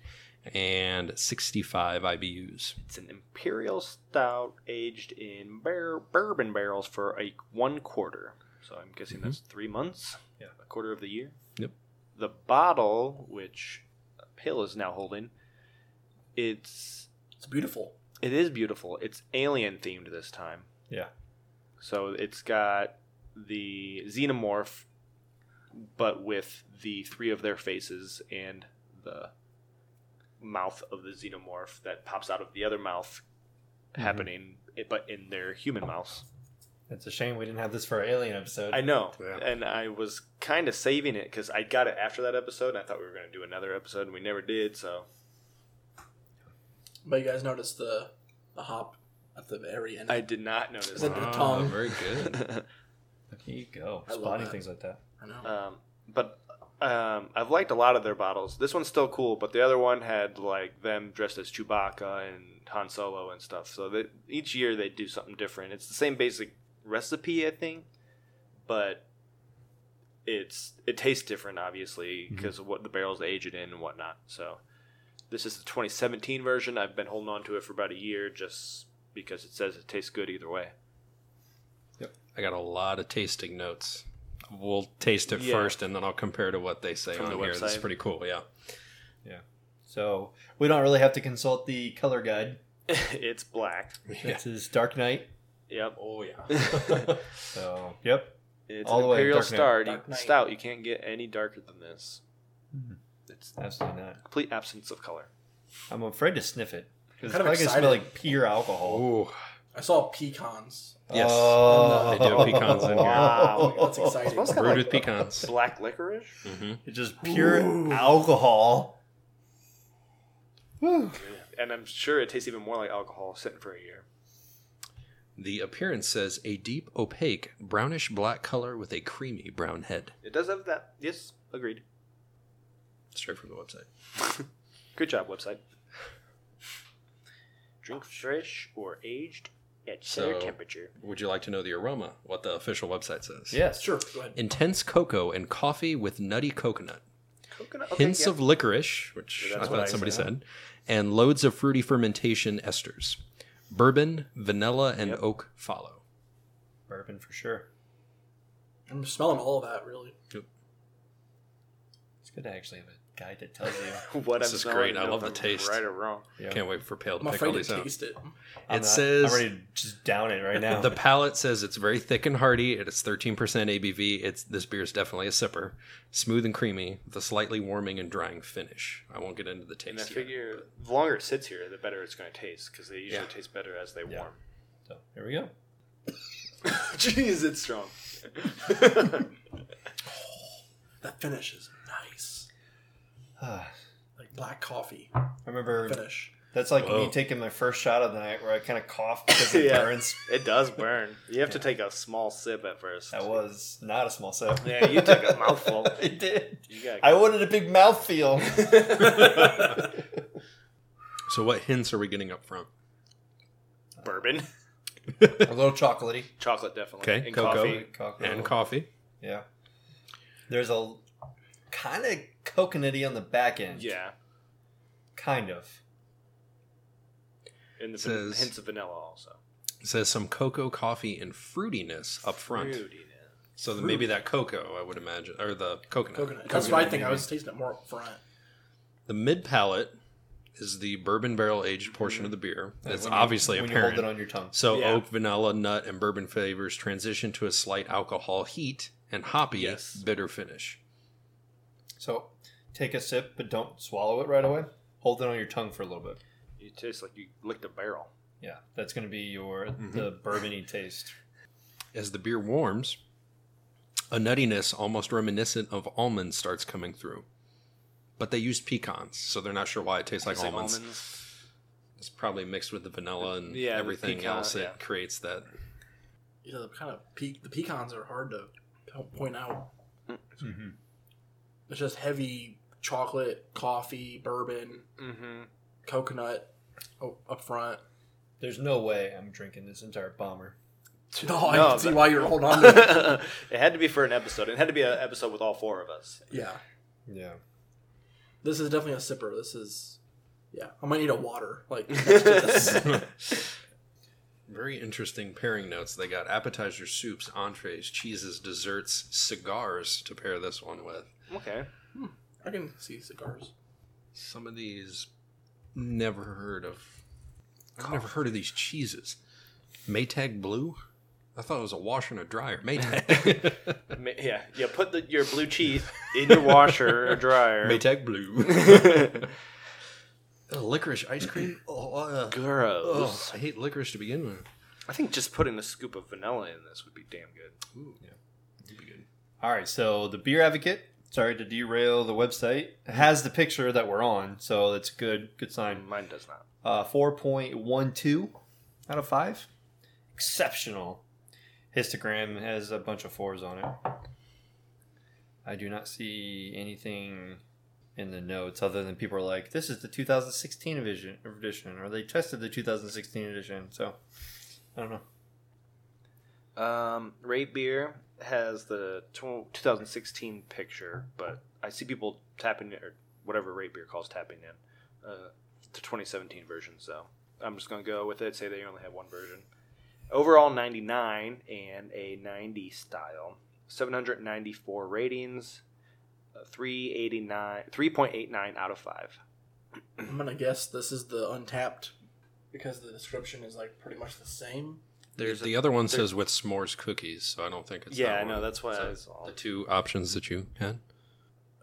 S5: and 65 IBUs.
S4: It's an imperial stout aged in bar- bourbon barrels for a one quarter. So I'm guessing that's three months, yeah. a quarter of the year.
S5: Yep.
S4: The bottle, which Pale is now holding, it's
S2: It's beautiful.
S4: it is beautiful. It's alien themed this time.
S3: yeah,
S4: So it's got the xenomorph, but with the three of their faces and the mouth of the xenomorph that pops out of the other mouth happening, it- but in their human mouths.
S3: it's a shame we didn't have this for our Alien episode.
S4: I know.
S5: Yeah.
S4: And I was kind of saving it because I got it after that episode and I thought we were going to do another episode and we never did. So
S2: But you guys noticed the the hop at the very end.
S4: I did not notice.
S2: Is it-
S4: that.
S2: The tongue.
S5: Ah, very good.
S3: There you go,
S2: I love
S3: spotting
S2: that.
S3: things like that.
S2: I know.
S4: Um, but um, I've liked a lot of their bottles. This one's still cool, but the other one had like them dressed as Chewbacca and Han Solo and stuff. So that each year they do something different. It's the same basic recipe, I think, but it's it tastes different, obviously,
S3: Mm-hmm.
S4: because of what the barrels age it in and whatnot. So this is the 2017 version. I've been holding on to it for about a year just because it says it tastes good either way.
S5: I got a lot of tasting notes. We'll taste it
S4: Yeah.
S5: first and then I'll compare to what they say
S4: From
S5: on
S4: the
S5: here. That's
S4: website.
S5: pretty cool, yeah.
S3: So we don't really have to consult the color guide.
S4: it's black.
S3: This is Dark Knight.
S4: Yep.
S5: Oh yeah.
S4: It's
S3: So yep, All
S4: an
S3: the way
S4: Imperial
S3: Dark Knight.
S4: Star you-
S2: Dark Knight.
S4: stout. You can't get any darker than this. It's
S3: absolutely not.
S4: complete absence of color.
S3: I'm afraid to sniff it because it's
S2: Kind of
S3: probably gonna smell
S2: excited.
S3: like pure alcohol.
S5: Oh
S2: I saw pecans.
S5: yes.
S3: Oh.
S5: They do have pecans in here.
S4: Wow,
S2: That's exciting.
S4: Smells kinda
S5: Brewed
S4: like
S5: with pecans.
S4: black licorice.
S5: hmm
S3: It's just pure alcohol.
S4: And I'm sure it tastes even more like alcohol sitting for a year.
S5: The appearance says a deep, opaque, brownish black color with a creamy brown head.
S4: It does have that. Yes, agreed.
S5: Straight from the website.
S4: Good job, website. Drink fresh or aged at
S5: So-
S4: fair temperature.
S5: Would you like to know the aroma? What the official website says?
S3: Yes,
S2: Sure, go ahead.
S5: Intense cocoa and coffee with nutty coconut.
S4: Coconut. Okay,
S5: Hints
S4: yeah.
S5: of licorice, which
S4: Yeah,
S5: I
S4: that's what
S5: thought
S4: I
S5: somebody said, and loads of fruity fermentation esters. Bourbon, vanilla, and oak follow.
S3: Bourbon for sure.
S2: I'm smelling all of that really.
S3: It's good to actually have a guide that tells you.
S4: What
S5: This
S4: I'm
S5: is
S4: smelling,
S5: great. I
S4: know
S5: love
S4: if I'm
S5: the taste.
S4: Right or wrong?
S3: Yeah.
S5: Can't wait for Pale to
S2: I'm
S5: pick all
S2: afraid to
S5: these out.
S2: taste it.
S3: I'm
S5: It
S3: not-
S5: says
S3: I'm ready to just down it right now.
S5: The palette says it's very thick and hearty. It's 13% ABV. It's this beer is definitely a sipper, smooth and creamy, with a slightly warming and drying finish. I won't get into the
S4: And I
S5: taste yet.
S4: figure the longer it sits here, the better it's going to taste because they usually
S5: Yeah.
S4: taste better as they
S3: Yeah.
S4: warm.
S3: so, here we go.
S4: Jeez, it's strong.
S2: That finish is nice,
S3: Ah,
S2: like black coffee
S3: I remember
S2: finish.
S3: that's like
S5: Whoa.
S3: me taking my first shot of the night where I kind of coughed because it
S4: Yeah.
S3: burns.
S4: It does burn. You have to take a small sip at first.
S3: That was not a small sip.
S4: Yeah, you took a mouthful.
S3: I did.
S4: You gotta-
S3: I wanted a big mouth feel.
S5: So, what hints are we getting up front?
S4: bourbon,
S3: a little chocolatey.
S4: chocolate definitely,
S5: Okay,
S4: and
S5: cocoa.
S4: coffee.
S5: And coffee.
S3: Yeah. There's a kind of coconutty on the back end.
S4: Yeah,
S3: Kind of.
S4: and the van-
S5: Says-
S4: hints of vanilla also.
S5: It says some cocoa, coffee, and fruitiness up front.
S4: Fruitiness.
S5: So, then maybe that cocoa, I would imagine, or the coconut.
S2: Coconut. That's what I think. I was tasting it more up front.
S5: The mid palate is the bourbon barrel aged portion of the beer. It's
S3: When you-
S5: obviously
S3: when
S5: apparent.
S3: you hold it on your tongue.
S5: So
S4: Yeah.
S5: oak, vanilla, nut, and bourbon flavors transition to a slight alcohol heat and hoppy
S4: Yes.
S5: bitter finish.
S3: So take a sip, but don't swallow it right away. Hold it on your tongue for a little bit.
S4: You taste like you licked a barrel.
S3: Yeah, that's going to be your the bourbony taste.
S5: As the beer warms, a nuttiness almost reminiscent of almonds starts coming through. But they used pecans, so they're not sure why it tastes like
S4: It's like
S5: almonds. It's probably mixed with the vanilla and
S4: Yeah, the
S5: everything
S4: pecan,
S5: else. It
S4: yeah.
S5: creates that.
S2: You know, the kind of pe- the pecans are hard to po- point out. It's just heavy chocolate, coffee, bourbon,
S4: Mm-hmm.
S2: coconut oh, up front.
S3: There's no way I'm drinking this entire bomber.
S2: No, I
S4: No,
S2: can see
S4: that-
S2: why you're holding on. to it.
S4: it had to be for an episode. It had to be an episode with all four of us.
S2: Yeah,
S3: Yeah.
S2: this is definitely a sipper. This is, yeah, I might need a water like next to this.
S5: Very interesting pairing notes. They got appetizers, soups, entrees, cheeses, desserts, cigars to pair this one with.
S4: Okay.
S2: I can see cigars.
S5: Some of these never heard of. I've never heard of these cheeses. Maytag Blue? I thought it was a washer and a dryer. Maytag.
S4: Ma- Yeah, you put the, your blue cheese in your washer or dryer.
S5: Maytag Blue. Uh, licorice ice cream? Oh, uh, ugh,
S4: Gross.
S5: I hate licorice to begin with.
S4: I think just putting a scoop of vanilla in this would be damn good.
S3: All right, so the Beer Advocate, sorry to derail the website, has the picture that we're on, so that's a good good sign.
S4: Mine does not.
S3: Uh, 4.12 out of 5. Exceptional. Histogram has a bunch of 4s on it. I do not see anything in the notes other than people are like, this is the 2016 edition, edition or they tested the 2016 edition, so I don't know.
S4: Um, Ray Beer has the tw 2016 picture, but I see people tapping it, or whatever Ray Beer calls tapping in, uh, to 2017 version. So I'm just gonna go with it. Say they only have one version. Overall 99 and a 90 style. 794 ratings. uh, 389, 3.89 out of five.
S2: I'm gonna guess this is the untapped because the description is like pretty much the same.
S5: There's the other one says with s'mores cookies, so I don't think it's.
S4: Yeah,
S5: that
S4: I know,
S5: one.
S4: that's why
S5: So
S4: I was all-
S5: the two options that you had.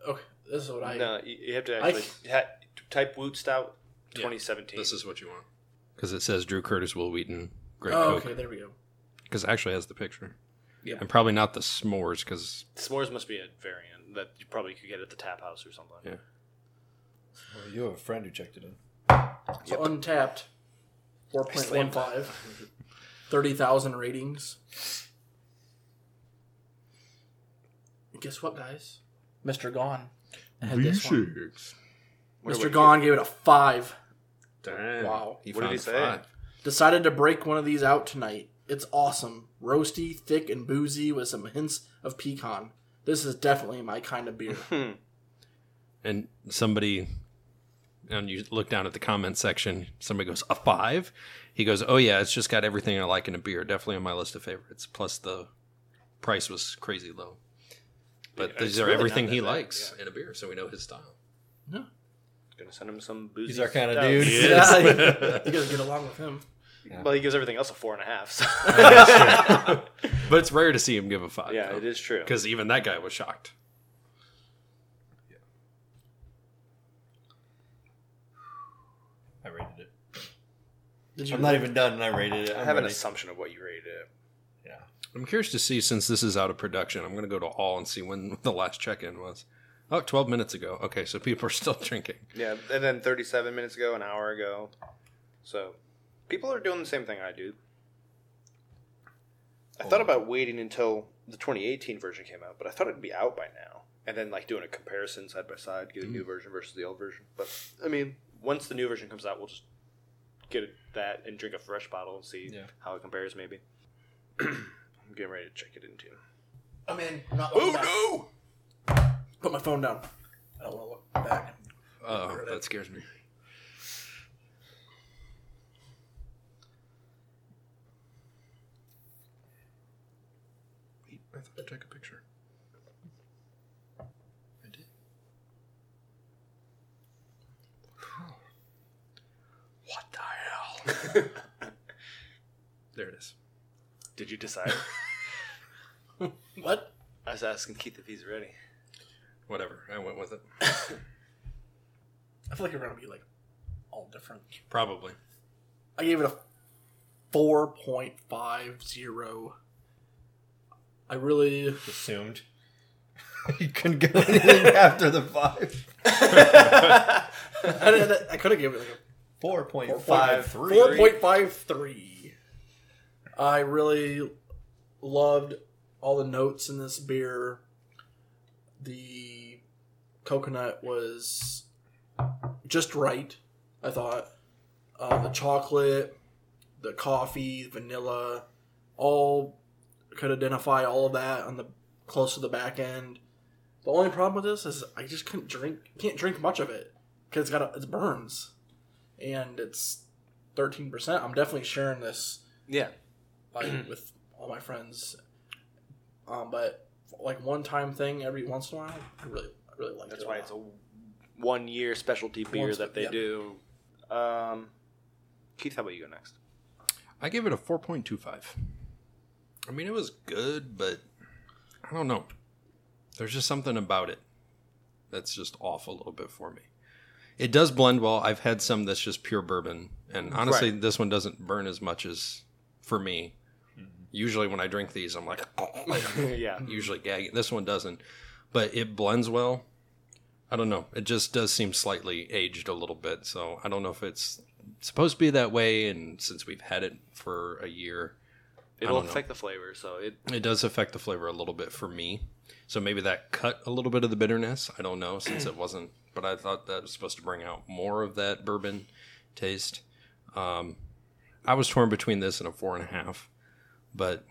S2: Okay, this is what I.
S4: no, you, you have to
S2: I-
S4: actually ha- type Woot Stout
S5: Yeah,
S4: 2017.
S5: This is what you want because it says Drew Curtis, Will Wheaton, Greg
S2: Oh,
S5: oh,
S2: okay, there we go.
S5: because it actually has the picture. Yeah, and probably not the s'mores because
S4: S'mores must be a variant that you probably could get at the tap house or something.
S5: Yeah.
S3: Well, you have a friend who checked it in.
S2: So untapped, 4.15, 30,000 ratings. And guess what, guys? Mr. Gone. Had this one.
S4: What
S2: Mr.
S4: about
S2: Gone gave it a 5.
S5: Damn.
S2: Wow.
S5: He
S4: What did
S5: found
S4: he say?
S5: five.
S2: Decided to break one of these out tonight. It's awesome. Roasty, thick, and boozy with some hints of pecan. This is definitely my kind of beer.
S5: And somebody and you look down at the comment section, somebody goes, a five? He goes, oh, yeah, it's just got everything I like in a beer. Definitely on my list of favorites. Plus, the price was crazy low. But
S1: Yeah,
S5: these
S1: it's
S5: are
S1: really
S5: everything
S1: not
S5: he
S1: that bad,
S5: likes in a beer, so we know his style.
S4: Gonna send him some boozy.
S3: He's our kind of
S4: stuff.
S3: dude.
S2: You gotta get along with him.
S4: Well, he gives everything else a four and a half. So.
S5: But it's rare to see him give a five.
S4: yeah, it is true.
S5: Because even that guy was shocked.
S3: I rated it.
S2: Did you
S3: I'm not even done, and I rated it.
S4: I
S3: I'm
S4: have an
S3: ready.
S4: assumption of what you rated it.
S5: I'm curious to see since this is out of production. I'm going to go to all and see when the last check in was. Oh, 12 minutes ago. Okay, so people are still drinking.
S4: Yeah, and then 37 minutes ago, an hour ago. So people are doing the same thing I do. I thought about waiting until the 2018 version came out, but I thought it'd be out by now. And then like doing a comparison side by side, get a new version versus the old version. But I mean, once the new version comes out, we'll just get that and drink a fresh bottle and see
S3: Yeah.
S4: how it compares. Maybe I'm getting ready to check it into.
S2: I'm in. I'm not looking back.
S4: no!
S2: Put my phone down. I don't want to look back.
S5: Oh, that scares me. Wait, I thought I took a picture. I did. What the hell? there it is.
S4: Did you decide?
S2: What?
S4: I was asking Keith if he's ready.
S5: Whatever. I went with it.
S2: I feel like we're gonna be like all different.
S5: Probably.
S2: I gave it a four point five zero. I really
S3: assumed. you couldn't go anything after the five.
S2: I, didn't- I could have given it like
S3: Four point five
S2: five three.
S3: three.
S2: Four point five three. I really loved all the notes in this beer. The coconut was just right. I thought uh, the chocolate, the coffee, vanilla, all could identify all of that on the close to the back end. The only problem with this is I just couldn't drink, can't drink much of it because it's got a, it burns, and it's thirteen percent. I'm definitely sharing this
S4: Yeah.
S2: like with all my friends. Um, but like one time thing every once in a while, I really, I really like.
S4: That's
S2: it
S4: why
S2: lot.
S4: it's a one year specialty beer
S2: Once-
S4: that they
S2: yeah.
S4: do. Um, Keith, how about you go next?
S5: I gave it a 4.25. I mean, it was good, but I don't know. There's just something about it that's just off a little bit for me. It does blend well. I've had some that's just pure bourbon, and honestly, this one doesn't burn as much as for me. Usually, when I drink these, I'm like,
S4: yeah.
S5: Mm-hmm. usually gagging. This one doesn't, but it blends well. I don't know. It just does seem slightly aged a little bit. So I don't know if it's supposed to be that way. And since we've had it for a year,
S4: It'll
S5: don't know.
S4: affect the flavor, so it
S5: it does affect the flavor a little bit for me. So maybe that cut a little bit of the bitterness. I don't know since it wasn't, but I thought that was supposed to bring out more of that bourbon taste. Um, I was torn between this and a four and a half, but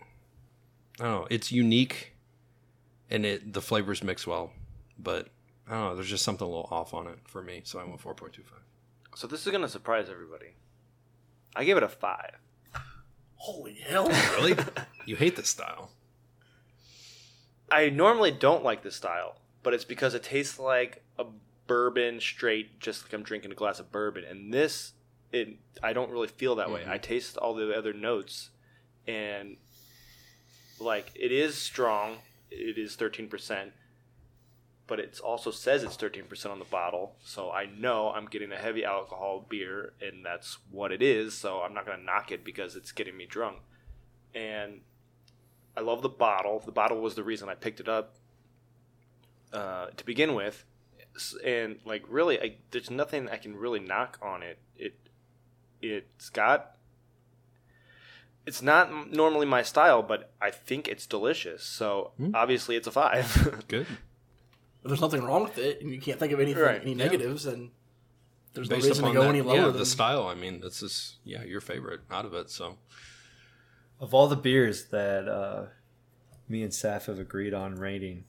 S5: I don't know. It's unique, and it the flavors mix well, but I don't know. There's just something a little off on it for me, so I went four point two five.
S4: so this is gonna surprise everybody. I gave it a five.
S2: Holy hell!
S5: Really? you hate this style?
S4: I normally don't like this style, but it's because it tastes like a bourbon straight, just like I'm drinking a glass of bourbon. And this, it I don't really feel that way. I taste all the other notes, and like it is strong. It is thirteen percent, but it also says it's thirteen percent on the bottle. So I know I'm getting a heavy alcohol beer, and that's what it is. So I'm not gonna knock it because it's getting me drunk. And I love the bottle. The bottle was the reason I picked it up uh, to begin with, S- and like really, I, there's nothing I can really knock on it. It it's got. It's not m- normally my style, but I think it's delicious. So
S3: Hmm?
S4: obviously, it's a five.
S5: Good.
S2: If there's nothing wrong with it, and you can't think of anything,
S4: Right,
S2: any
S5: yeah.
S2: negatives, and there's no
S5: Based
S2: reason to
S5: upon
S2: go
S5: that-
S2: any lower
S5: yeah,
S2: than
S5: the style. I mean, this is yeah your favorite out of it. So
S3: Of all the beers that uh, me and Saf have agreed on rating,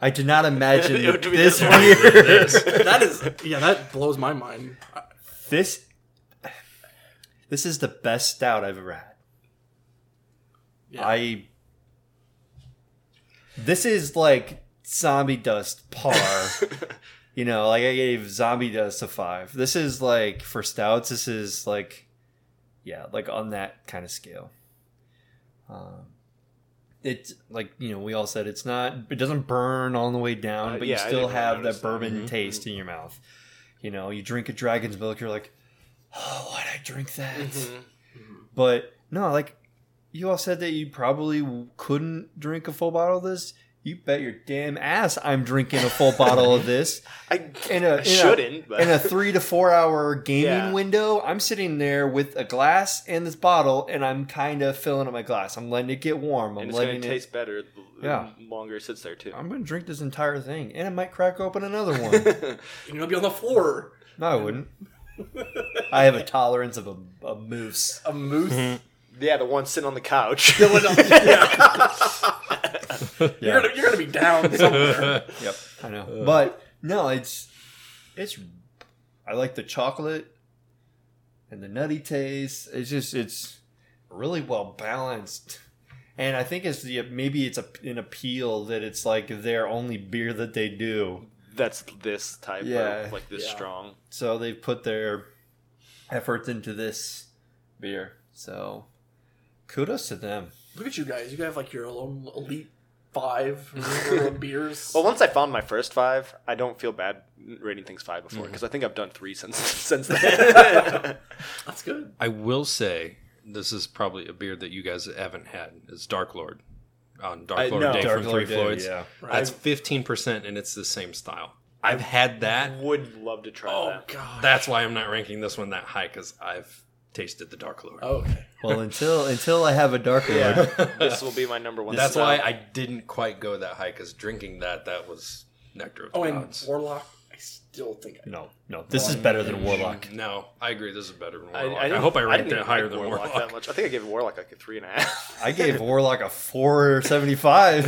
S3: I did not imagine
S4: It would be
S3: this
S4: that long.
S3: weird.
S2: that is yeah, that blows my mind.
S3: this this is the best stout I've ever had.
S2: Yeah.
S3: I this is like zombie dust par. you know, like I gave zombie dust a five. This is like for stouts. This is like yeah, like on that kind of scale. Um, it's like you know we all said it's not. It doesn't burn on the way down,
S4: Uh,
S3: but
S4: yeah,
S3: you
S4: I
S3: still
S4: didn't really
S3: have
S4: notice
S3: that
S4: that. Mm-hmm,
S3: bourbon taste in your mouth. You know, you drink a dragon's milk, you're like, oh, why'd I drink that?
S4: Mm-hmm.
S3: But no, like you all said that you probably w- couldn't drink a full bottle of this. You bet your damn ass I'm drinking a full bottle of this
S4: I,
S3: in a, in
S4: I
S3: a-
S4: shouldn't. but.
S3: in a three to four hour gaming
S4: Yeah.
S3: window, I'm sitting there with a glass and this bottle, and I'm kind of filling up my glass. I'm letting it get warm. I'm
S4: and it's
S3: letting
S4: going
S3: it
S4: to taste better the
S3: Yeah.
S4: longer it sits there, too.
S3: I'm gonna drink this entire thing, and I might crack open another one.
S2: You're gonna be on the floor.
S3: No, I wouldn't. I have a tolerance of a, a moose.
S2: A moose.
S4: yeah, the one sitting on the couch.
S2: You're gonna you're gonna be down somewhere.
S3: Yep, Uh, I know. But no, it's it's. I like the chocolate and the nutty taste. It's just it's really well balanced, and I think it's the maybe it's a, an appeal that it's like their only beer that they do.
S4: That's this type
S3: Yeah.
S4: of, like this strong.
S3: So they put their efforts into this beer. So kudos to them.
S2: Look at you guys. You guys have like your own elite five or beers.
S5: Oh.
S4: Well, once I found my first five, I don't feel bad rating things five
S3: Mm-hmm.
S4: before because I think I've done three since since then.
S2: that's good.
S5: I will say this is probably a beer that you guys haven't had. It's Dark Lord on
S4: I-
S5: Dark Lord
S4: no.
S5: Day
S3: Dark
S5: from
S3: Lord
S5: Three
S3: Day,
S5: Floyds.
S3: yeah.
S5: That's fifteen percent, and it's the same style. I've had that.
S4: Would love to try
S2: Oh
S4: that.
S2: god.
S5: That's why I'm not ranking this one that high because I've tasted the Dark Lord.
S4: Oh,
S2: Okay.
S3: Well, until until I have a dark lord,
S4: This uh, will be my number one.
S5: That's
S4: style.
S5: why I didn't quite go that high because drinking that that was nectar of the
S2: Oh, and
S5: gods.
S2: Warlock. I still think I
S3: no, no, this is better than Warlock.
S5: Mm, No, I agree. This is better than
S4: I,
S5: Warlock. I,
S4: didn't-
S5: hope I
S4: didn't
S5: ranked it
S4: even
S5: higher
S4: like
S5: than
S4: Warlock,
S5: Warlock.
S4: that much. I think I gave Warlock like a three and a half.
S3: I gave Warlock a four seventy five.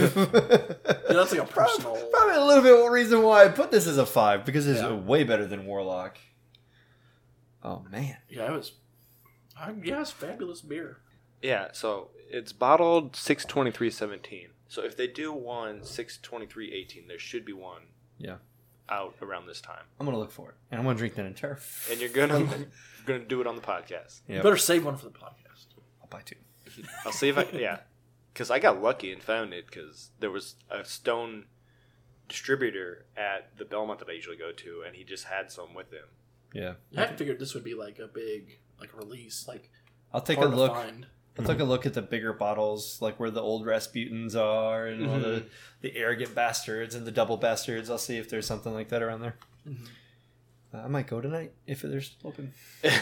S2: Yeah, that's like a personal.
S3: Probably a little bit reason why I put this as a five because it's way better than Warlock. Oh man,
S2: Yeah, it was. I, yeah, it's fabulous beer.
S4: yeah, so it's bottled six twenty three seventeen. So if they do one six twenty three eighteen, there should be one
S3: yeah,
S4: out around this time,
S3: I'm gonna look for it and I'm gonna drink that entire. F-
S4: and you're gonna gonna do it on the podcast.
S3: Yep.
S2: You better save one for the podcast.
S3: I'll buy two.
S4: I'll see if I yeah, because I got lucky and found it because there was a stone distributor at the Belmont that I usually go to, and he just had some with him.
S3: Yeah,
S2: I figured this would be like a big like release, like
S3: I'll take
S2: hard
S3: a
S2: to
S3: look.
S2: find.
S3: I'll take a look at the bigger bottles, like where the old Rasputins are and all the the arrogant bastards and the double bastards. I'll see if there's something like that around there. Uh, I might go tonight if there's open.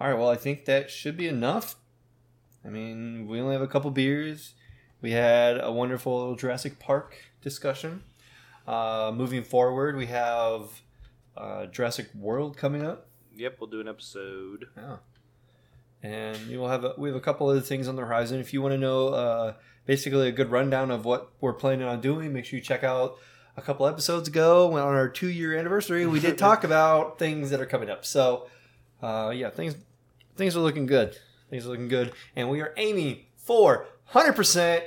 S3: All right. Well, I think that should be enough. I mean, we only have a couple beers. We had a wonderful Jurassic Park discussion. Uh, moving forward, we have uh, Jurassic World coming up.
S4: Yep, we'll do an episode.
S3: Yeah. And you will have a, we have a couple other things on the horizon. If you want to know uh, basically a good rundown of what we're planning on doing, make sure you check out a couple episodes ago when on our two year anniversary. We did talk about things that are coming up. So uh, yeah, things things are looking good. Things are looking good, and we are aiming for hundred percent.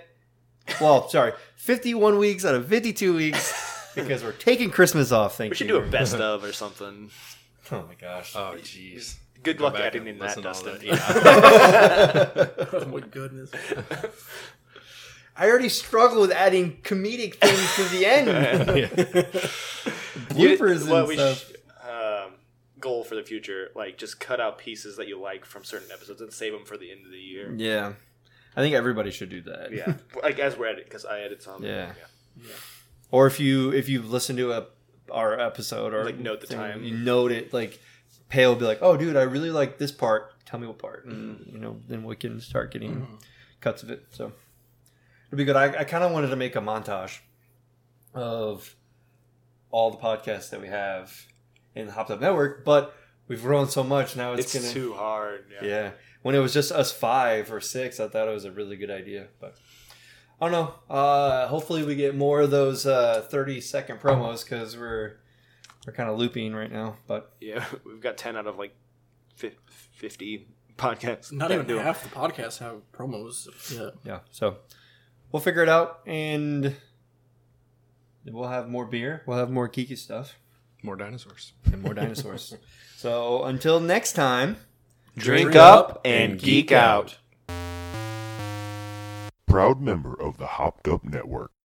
S3: Well, sorry, fifty one weeks out of fifty two weeks because we're taking Christmas off. Thank
S4: We should
S3: you.
S4: do a best of or something.
S3: Oh my gosh.
S5: Oh, jeez.
S4: Good
S5: Go
S4: luck
S5: back
S4: editing
S5: and
S4: that,
S5: listen to all
S4: Dustin.
S5: that. Yeah.
S2: Oh my goodness.
S3: I already struggle with adding comedic things to the end. Bloopers
S4: You- well,
S3: and
S4: we
S3: stuff.
S4: sh- um, goal for the future, like just cut out pieces that you like from certain episodes and save them for the end of the
S5: Mm.
S4: year.
S3: yeah. I think everybody should do that.
S4: Yeah, like as we're editing, because I edit some.
S3: Yeah. Or if you if you listen to a our episode or
S4: Like, note the time.
S3: You note it like Pay will be like, Oh dude, I really like this part. Tell me what part and
S4: Mm-hmm.
S3: you know, then we can start getting cuts of it. So it'll be good. I, I kinda wanted to make a montage of all the podcasts that we have in the Hopped Up Network, but we've grown so much now it's,
S4: It's
S3: gonna
S4: too hard.
S3: Yeah. When it was just us five or six, I thought it was a really good idea. But I don't know. Uh, hopefully, we get more of those uh, thirty-second promos because we're we're kind of looping right now. But
S4: Yeah, we've got ten out of like fif- fifty podcasts.
S2: Not
S4: that
S2: even
S4: do 'em.
S2: half the podcasts have promos. Yeah.
S3: yeah, so we'll figure it out, and we'll have more beer. We'll have more geeky stuff
S5: More dinosaurs.
S3: and more dinosaurs. so until next time.
S4: Drink up and geek out.
S10: Proud member of the Hopped Up Network.